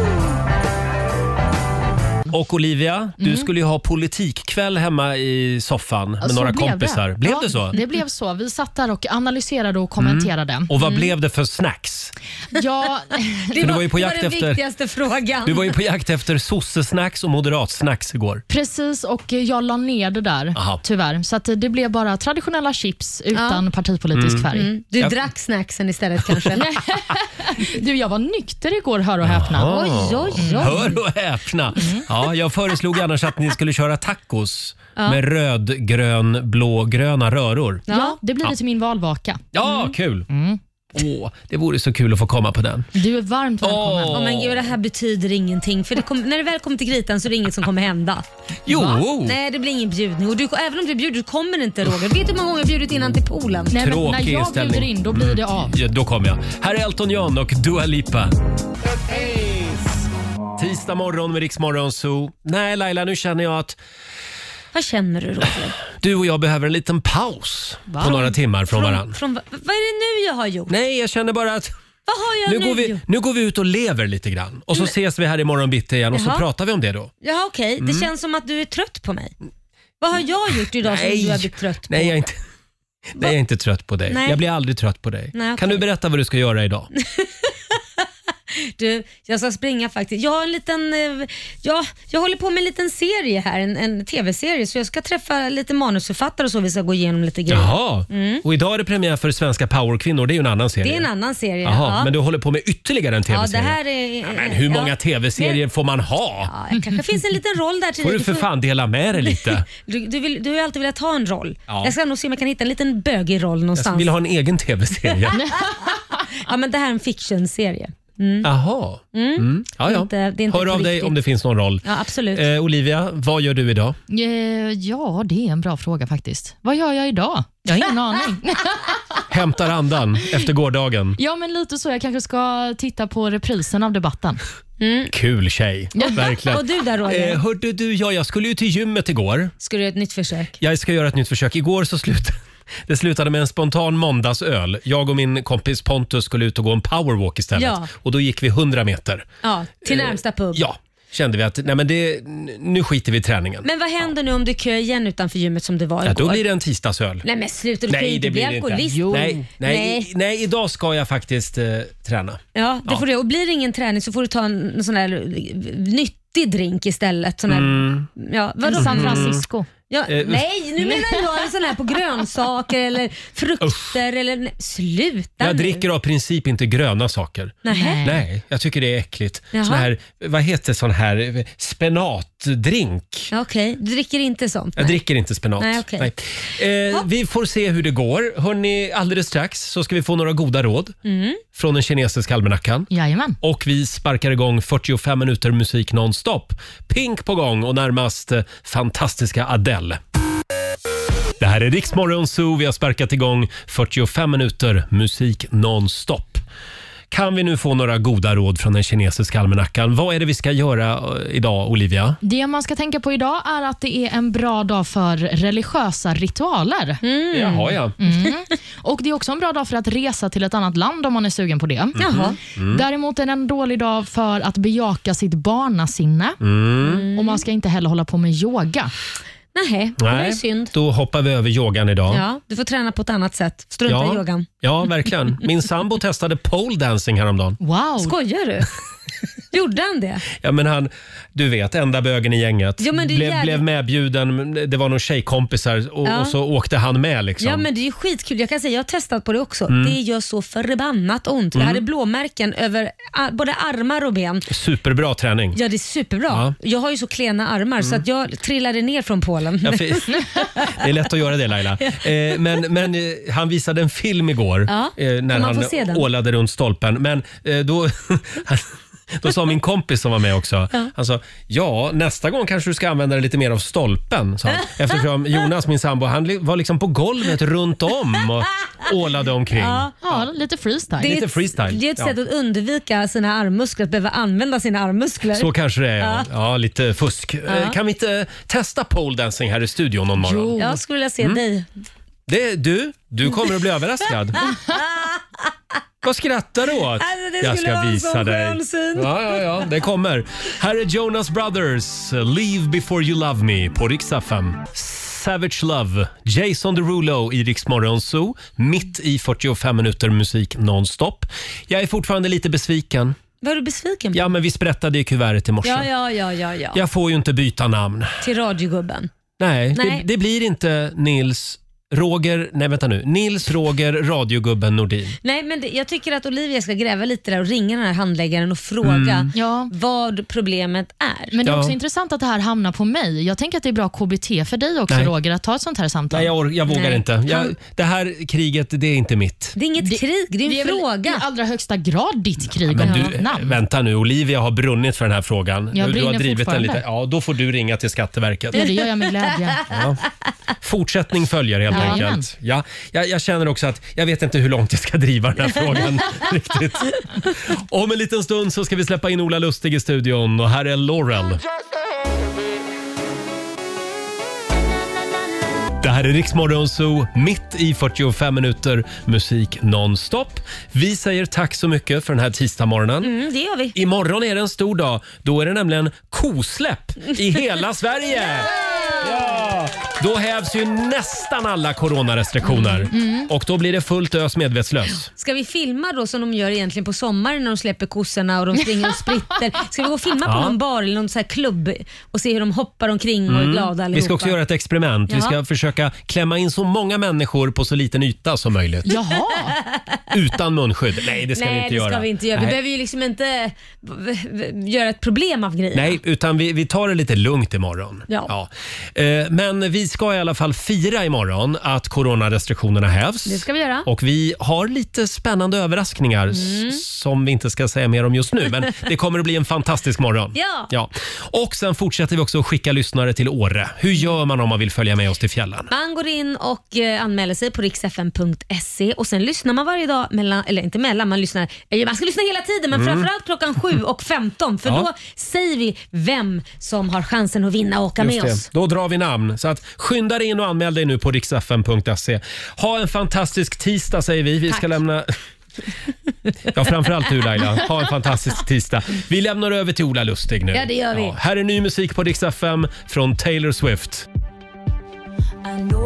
[SPEAKER 1] Och Olivia, du skulle ju ha politikkväll hemma i soffan med
[SPEAKER 3] Mm. så
[SPEAKER 1] några
[SPEAKER 3] blev
[SPEAKER 1] kompisar. Blev
[SPEAKER 3] Ja, Mm.
[SPEAKER 1] det så?
[SPEAKER 3] Det blev så. Vi satt där och analyserade och kommenterade.
[SPEAKER 1] Och vad blev det för snacks?
[SPEAKER 3] Ja, <laughs>
[SPEAKER 1] För du var ju på jakt
[SPEAKER 2] det var den
[SPEAKER 1] efter-
[SPEAKER 2] viktigaste frågan.
[SPEAKER 1] Du var ju på jakt efter sossesnacks och moderatsnacks igår.
[SPEAKER 3] precis. Och jag la ner det där,
[SPEAKER 1] Aha.
[SPEAKER 3] tyvärr. Så att det blev bara traditionella chips utan
[SPEAKER 1] Mm.
[SPEAKER 3] partipolitisk färg.
[SPEAKER 2] Du drack snacksen istället kanske?
[SPEAKER 1] <laughs>
[SPEAKER 2] <laughs>
[SPEAKER 3] Du, jag var nykter igår, hör och häpna.
[SPEAKER 2] Oj, oj, oj.
[SPEAKER 1] Ah. Mm. Hör och häpna!
[SPEAKER 3] Mm.
[SPEAKER 1] Ja, jag föreslog annars att ni skulle köra tacos med röd, grön, blå, gröna röror.
[SPEAKER 3] Ja, det blir det till min valvaka.
[SPEAKER 1] Ja, kul!
[SPEAKER 3] Mm.
[SPEAKER 1] Åh, det vore så kul att få komma på den.
[SPEAKER 3] Du är varmt välkommen.
[SPEAKER 1] Åh.
[SPEAKER 2] Ja, men gud, det här betyder ingenting. För det kom, när det väl kommer till kritan så är det inget som kommer hända.
[SPEAKER 1] Jo!
[SPEAKER 2] Nej, det blir ingen bjudning. Och du, även om du bjuder du kommer inte Roger. Vet du hur många gånger jag bjudit innan till poolen?
[SPEAKER 3] Nej, men när
[SPEAKER 1] Tråkig
[SPEAKER 3] jag
[SPEAKER 1] inställning. Mm.
[SPEAKER 3] bjuder in, då blir det av.
[SPEAKER 1] Ja, då kommer jag. Här är Elton John och Dua Lipa. Tisdag morgon med Riksmorgon Zoo. Nej, Laila, nu känner jag att
[SPEAKER 2] Vad känner du Roger?
[SPEAKER 1] du och jag behöver en liten paus på några timmar från varandra.
[SPEAKER 2] Från, vad vad är det nu jag har gjort?
[SPEAKER 1] Nej, jag känner bara att
[SPEAKER 2] Vad har jag
[SPEAKER 1] nu
[SPEAKER 2] nu,
[SPEAKER 1] går, vi,
[SPEAKER 2] gjort?
[SPEAKER 1] nu går vi ut och lever lite grann. Och så ses vi här imorgon bitti igen och så
[SPEAKER 2] Mm. Jaha.
[SPEAKER 1] pratar vi om det då.
[SPEAKER 2] Ja, okej.
[SPEAKER 1] Mm.
[SPEAKER 2] Det känns som att du är trött på mig. Vad har jag gjort idag som du har blivit trött på?
[SPEAKER 1] Nej, jag är inte, nej, jag är inte trött på dig.
[SPEAKER 2] Nej.
[SPEAKER 1] Jag blir aldrig trött på dig.
[SPEAKER 2] Nej, okej.
[SPEAKER 1] Kan du berätta vad du ska göra
[SPEAKER 2] <laughs>
[SPEAKER 1] idag?
[SPEAKER 2] Du, jag ska springa faktiskt. Jag har en liten, eh, ja, jag håller på med en liten serie här, en, en tv-serie, så jag ska träffa lite manusförfattare och så, vi ska gå igenom lite grejer.
[SPEAKER 1] Jaha, och idag är det premiär för Svenska powerkvinnor. Det är ju en annan serie.
[SPEAKER 2] Mm. Det är en annan serie.
[SPEAKER 1] Jaha,
[SPEAKER 2] ja.
[SPEAKER 1] men du håller på med ytterligare en
[SPEAKER 2] ja,
[SPEAKER 1] tv-serie?
[SPEAKER 2] det här är...
[SPEAKER 1] Ja, men hur många
[SPEAKER 2] ja.
[SPEAKER 1] tv-serier
[SPEAKER 2] Men-
[SPEAKER 1] får man ha?
[SPEAKER 2] Ja, det kanske finns en liten roll där till
[SPEAKER 1] får
[SPEAKER 2] dig.
[SPEAKER 1] du för fan dela med dig
[SPEAKER 2] <laughs>
[SPEAKER 1] lite?
[SPEAKER 2] Du, du, vill, du har ju alltid velat ha en roll.
[SPEAKER 1] Ja.
[SPEAKER 2] Jag ska nog se om jag kan hitta en liten bögig roll
[SPEAKER 1] Jag
[SPEAKER 2] någonstans.
[SPEAKER 1] vill ha en egen tv-serie.
[SPEAKER 2] Ja, men det här är en fiction-serie.
[SPEAKER 1] <laughs> Jaha. Mm. Ja, ja.
[SPEAKER 2] Inte- det är inte
[SPEAKER 1] Hör
[SPEAKER 2] på
[SPEAKER 1] av dig
[SPEAKER 2] riktigt.
[SPEAKER 1] om det finns någon roll.
[SPEAKER 2] Ja, absolut.
[SPEAKER 1] Eh, Olivia, vad gör du idag?
[SPEAKER 3] Eh, Ja, det är en bra fråga faktiskt. Vad gör jag idag? Jag
[SPEAKER 1] <laughs>
[SPEAKER 3] har ingen aning.
[SPEAKER 1] Hämtar andan efter gårdagen.
[SPEAKER 3] Ja, men lite så. Jag kanske ska titta på reprisen av debatten.
[SPEAKER 1] Kul
[SPEAKER 2] <laughs>
[SPEAKER 1] tjej, verkligen.
[SPEAKER 2] Mm. Och du där Roger,
[SPEAKER 1] Eh, hörde du, ja, jag skulle ju till gymmet igår.
[SPEAKER 2] ska du göra ett nytt försök?
[SPEAKER 1] Jag ska göra ett nytt försök. Igår så slutade <laughs> det slutade med en spontan måndagsöl. Jag och min kompis Pontus skulle ut och gå en powerwalk istället.
[SPEAKER 2] Ja.
[SPEAKER 1] Och då gick vi 100 meter.
[SPEAKER 2] Ja, till närmsta pub.
[SPEAKER 1] eh, Ja, kände vi att nej, men det, n- nu skiter vi i träningen.
[SPEAKER 2] Men vad händer nu om du kör igen utanför gymmet som det var
[SPEAKER 1] ja,
[SPEAKER 2] igår?
[SPEAKER 1] då blir det en tisdagsöl.
[SPEAKER 2] Nej men sluta, du kan ju inte bli alkoholist.
[SPEAKER 1] Nej, nej,
[SPEAKER 2] Nej.
[SPEAKER 1] i- nej, idag ska jag faktiskt eh, träna.
[SPEAKER 2] Ja, det
[SPEAKER 1] Ja.
[SPEAKER 2] får du göra. Och blir det ingen träning så får du ta en, en sån här eh, nyttig drink istället. Sån här, ja, vadå?
[SPEAKER 3] Mm. San Francisco.
[SPEAKER 2] Ja,
[SPEAKER 1] Mm. Eh,
[SPEAKER 2] nej, nu menar jag en sån här på grönsaker eller frukter eller... Nej, sluta
[SPEAKER 1] Jag
[SPEAKER 2] nu.
[SPEAKER 1] dricker av princip inte gröna saker.
[SPEAKER 2] Nähä.
[SPEAKER 1] Nej, jag tycker det är äckligt.
[SPEAKER 2] Jaha.
[SPEAKER 1] Sån här, vad heter sån här, spenatdrink?
[SPEAKER 2] Ja, Okej, du dricker inte sånt?
[SPEAKER 1] Jag
[SPEAKER 2] nej.
[SPEAKER 1] dricker inte spenat.
[SPEAKER 2] Nej, okej.
[SPEAKER 1] Nej. Eh, vi får se hur det går. Hörrni, alldeles strax så ska vi få några goda råd
[SPEAKER 2] Mm.
[SPEAKER 1] från den kinesiska almanackan.
[SPEAKER 3] Jajamän.
[SPEAKER 1] Och vi sparkar igång 45 minuter musik nonstop. Pink på gång och närmast eh, fantastiska Adele. Det här är Riksmorgon Zoo. Vi har sparkat igång 45 minuter musik nonstop. Kan vi nu få några goda råd från den kinesiska almanackan? Vad är det vi ska göra eh, idag, Olivia?
[SPEAKER 3] Det man ska tänka på idag är att det är en bra dag för religiösa ritualer.
[SPEAKER 1] Jaha, ja.
[SPEAKER 3] Och Det är också en bra dag för att resa till ett annat land om man är sugen på det.
[SPEAKER 2] Jaha.
[SPEAKER 3] Mm. Däremot är det en dålig dag för att bejaka sitt barnasinne. Och Man ska inte heller hålla på med yoga.
[SPEAKER 2] Nähä, det var ju synd.
[SPEAKER 1] Då hoppar vi över yogan idag.
[SPEAKER 2] Ja, du får träna på ett annat sätt. Strunta i yogan.
[SPEAKER 1] ja, verkligen. Min sambo testade pole dancing häromdagen.
[SPEAKER 3] Wow!
[SPEAKER 1] <laughs>
[SPEAKER 2] Skojar du? Gjorde han det?
[SPEAKER 1] Ja, men han, du vet, enda bögen i gänget.
[SPEAKER 2] Ja, men det är
[SPEAKER 1] blev,
[SPEAKER 2] jävligt-
[SPEAKER 1] blev medbjuden, men det var någon tjejkompisar och,
[SPEAKER 2] Ja.
[SPEAKER 1] och så åkte han med. Liksom. Mm.
[SPEAKER 2] Ja men det är ju skitkul. Jag kan säga jag har testat på det också. Det gör så förbannat ont. Jag hade blåmärken över a- både armar och ben.
[SPEAKER 1] Superbra träning.
[SPEAKER 2] Ja det är superbra.
[SPEAKER 1] Ja. Mm.
[SPEAKER 2] Jag har ju så klena armar så att jag trillade ner från Polen.
[SPEAKER 1] Ja, för, <laughs> det är lätt att göra det
[SPEAKER 2] <laughs>
[SPEAKER 1] Laila. Eh, men men eh, han visade en film igår
[SPEAKER 2] Ja,
[SPEAKER 1] eh, när
[SPEAKER 2] får man
[SPEAKER 1] han
[SPEAKER 2] få se den?
[SPEAKER 1] ålade runt stolpen. Men eh, då, <laughs> han, då sa min kompis som var med också, han sa ja nästa gång kanske du ska använda dig lite mer av stolpen.
[SPEAKER 2] <laughs>
[SPEAKER 1] Sa han. Eftersom Jonas, min sambo, han li- var liksom på golvet runt om
[SPEAKER 2] <laughs>
[SPEAKER 1] och ålade omkring.
[SPEAKER 3] Ja, lite freestyle.
[SPEAKER 2] är
[SPEAKER 1] lite
[SPEAKER 2] ett-
[SPEAKER 1] freestyle.
[SPEAKER 2] <laughs> Det är ett
[SPEAKER 1] Ja.
[SPEAKER 2] sätt att undvika sina armmuskler, att behöva använda sina armmuskler.
[SPEAKER 1] Så kanske det är ja. ja lite fusk. Eh, Kan vi inte testa pole dancing här i studion någon morgon?
[SPEAKER 3] Jo.
[SPEAKER 2] Jag skulle vilja se
[SPEAKER 1] Mm.
[SPEAKER 2] dig.
[SPEAKER 1] Det, du, du kommer att bli
[SPEAKER 2] <laughs>
[SPEAKER 1] överraskad. Vad skrattar du åt?
[SPEAKER 2] Alltså, det skulle vara en sån skön syn.
[SPEAKER 1] Ja, ja, ja, det kommer. Här är Jonas Brothers, Leave before you love me på Rix FM. Savage Love, Jason Derulo i Rix Morgon Zoo, mitt i 45 minuter musik nonstop. Jag är fortfarande lite besviken.
[SPEAKER 2] Vad är du besviken på?
[SPEAKER 1] Ja, men vi sprättade i kuvertet i morse.
[SPEAKER 2] Ja, ja, ja, ja, ja.
[SPEAKER 1] Jag får ju inte byta namn.
[SPEAKER 2] Till radiogubben.
[SPEAKER 1] Nej,
[SPEAKER 2] Nej.
[SPEAKER 1] Det, det blir inte Nils Roger, nej vänta nu, Nils Roger radiogubben Nordin.
[SPEAKER 2] Nej, men det, jag tycker att Olivia ska gräva lite där och ringa den här handläggaren och fråga
[SPEAKER 1] Mm.
[SPEAKER 3] Ja.
[SPEAKER 2] vad problemet är.
[SPEAKER 3] Men det är också
[SPEAKER 1] Ja.
[SPEAKER 3] intressant att det här hamnar på mig. Jag tänker att det är bra KBT för dig också
[SPEAKER 1] Nej.
[SPEAKER 3] Roger, att ta ett sånt här samtal.
[SPEAKER 1] Nej, jag, or- jag vågar
[SPEAKER 2] Nej.
[SPEAKER 1] inte. Jag,
[SPEAKER 2] Han-
[SPEAKER 1] det här kriget, det är inte mitt.
[SPEAKER 2] Det är inget krig, det är en
[SPEAKER 3] Det är väl
[SPEAKER 2] fråga.
[SPEAKER 3] i allra högsta grad ditt krig
[SPEAKER 1] Men
[SPEAKER 3] om
[SPEAKER 1] du,
[SPEAKER 3] ditt namn.
[SPEAKER 1] vänta nu, Olivia har brunnit för den här frågan.
[SPEAKER 3] Jag
[SPEAKER 1] du, du har
[SPEAKER 3] brinner
[SPEAKER 1] drivit den
[SPEAKER 3] fortfarande.
[SPEAKER 1] lite. Ja, då får du ringa till Skatteverket.
[SPEAKER 3] Ja, det gör jag
[SPEAKER 2] <laughs>
[SPEAKER 3] med glädje.
[SPEAKER 1] Ja. Fortsättning följer helt
[SPEAKER 3] Ja,
[SPEAKER 1] enkelt. Ja, jag, jag känner också att jag vet inte hur långt jag ska driva den här frågan riktigt. Om en liten stund så ska vi släppa in Ola Lustig i studion och här är Laurel. Det här är Riksmorgon Zoo, mitt i 45 minuter musik nonstop. Vi säger tack så mycket för den här tisdagsmorgonen.
[SPEAKER 2] Mm, det gör vi.
[SPEAKER 1] Imorgon är det en stor dag. Då är det nämligen kosläpp i hela Sverige.
[SPEAKER 2] <laughs>
[SPEAKER 1] Ja! Då hävs ju nästan alla coronarestriktioner
[SPEAKER 2] Mm.
[SPEAKER 1] och då blir det fullt ös medvetslös.
[SPEAKER 2] Ska vi filma då som de gör egentligen på sommaren när de släpper kossorna och de springer
[SPEAKER 1] <laughs>
[SPEAKER 2] och spritter? Ska vi gå och filma på
[SPEAKER 1] Ja.
[SPEAKER 2] någon bar eller någon så här klubb och se hur de hoppar omkring och är glada allihopa?
[SPEAKER 1] Mm. Vi ska också göra ett experiment. Vi ska
[SPEAKER 2] Jaha.
[SPEAKER 1] försöka klämma in så många människor på så liten yta som möjligt.
[SPEAKER 3] Jaha,
[SPEAKER 1] Utan munskydd. Nej, det ska
[SPEAKER 2] Nej,
[SPEAKER 1] vi inte
[SPEAKER 2] det
[SPEAKER 1] göra.
[SPEAKER 2] ska vi inte göra. Vi
[SPEAKER 1] Nej.
[SPEAKER 2] behöver ju liksom inte v- v- göra ett problem av grejerna.
[SPEAKER 1] Nej, utan vi, vi tar det lite lugnt imorgon.
[SPEAKER 2] Ja.
[SPEAKER 1] Ja. Eh, Men vi ska i alla fall fira imorgon att coronarestriktionerna hävs.
[SPEAKER 2] Det ska vi göra. Mm.
[SPEAKER 1] Och vi har lite spännande överraskningar s- som vi inte ska säga mer om just nu. Men
[SPEAKER 2] <laughs>
[SPEAKER 1] det kommer att bli en fantastisk morgon.
[SPEAKER 2] Ja.
[SPEAKER 1] ja. Och sen fortsätter vi också att skicka lyssnare till Åre. Hur gör man om man vill följa med oss till fjällen?
[SPEAKER 2] Man går in och eh, anmäler sig på riksfn.se och sen lyssnar man varje dag, mellan, eller inte mellan, man lyssnar, eh, man ska lyssna hela tiden men framförallt klockan 7 och 15 för
[SPEAKER 1] Mm. Ja.
[SPEAKER 2] då säger vi vem som har chansen att vinna och åka
[SPEAKER 1] Just
[SPEAKER 2] med
[SPEAKER 1] det.
[SPEAKER 2] oss.
[SPEAKER 1] Då drar vi namn. Så att skynda dig in och anmäl dig nu på riksfn.se. Ha en fantastisk tisdag säger vi. Vi ska
[SPEAKER 2] <laughs>
[SPEAKER 1] lämna... Ja, framförallt du Laila. Ha en fantastisk tisdag. Vi lämnar över till Ola Lustig nu.
[SPEAKER 2] Ja, det gör vi.
[SPEAKER 1] här är ny musik på Rix FM från Taylor Swift.
[SPEAKER 8] I know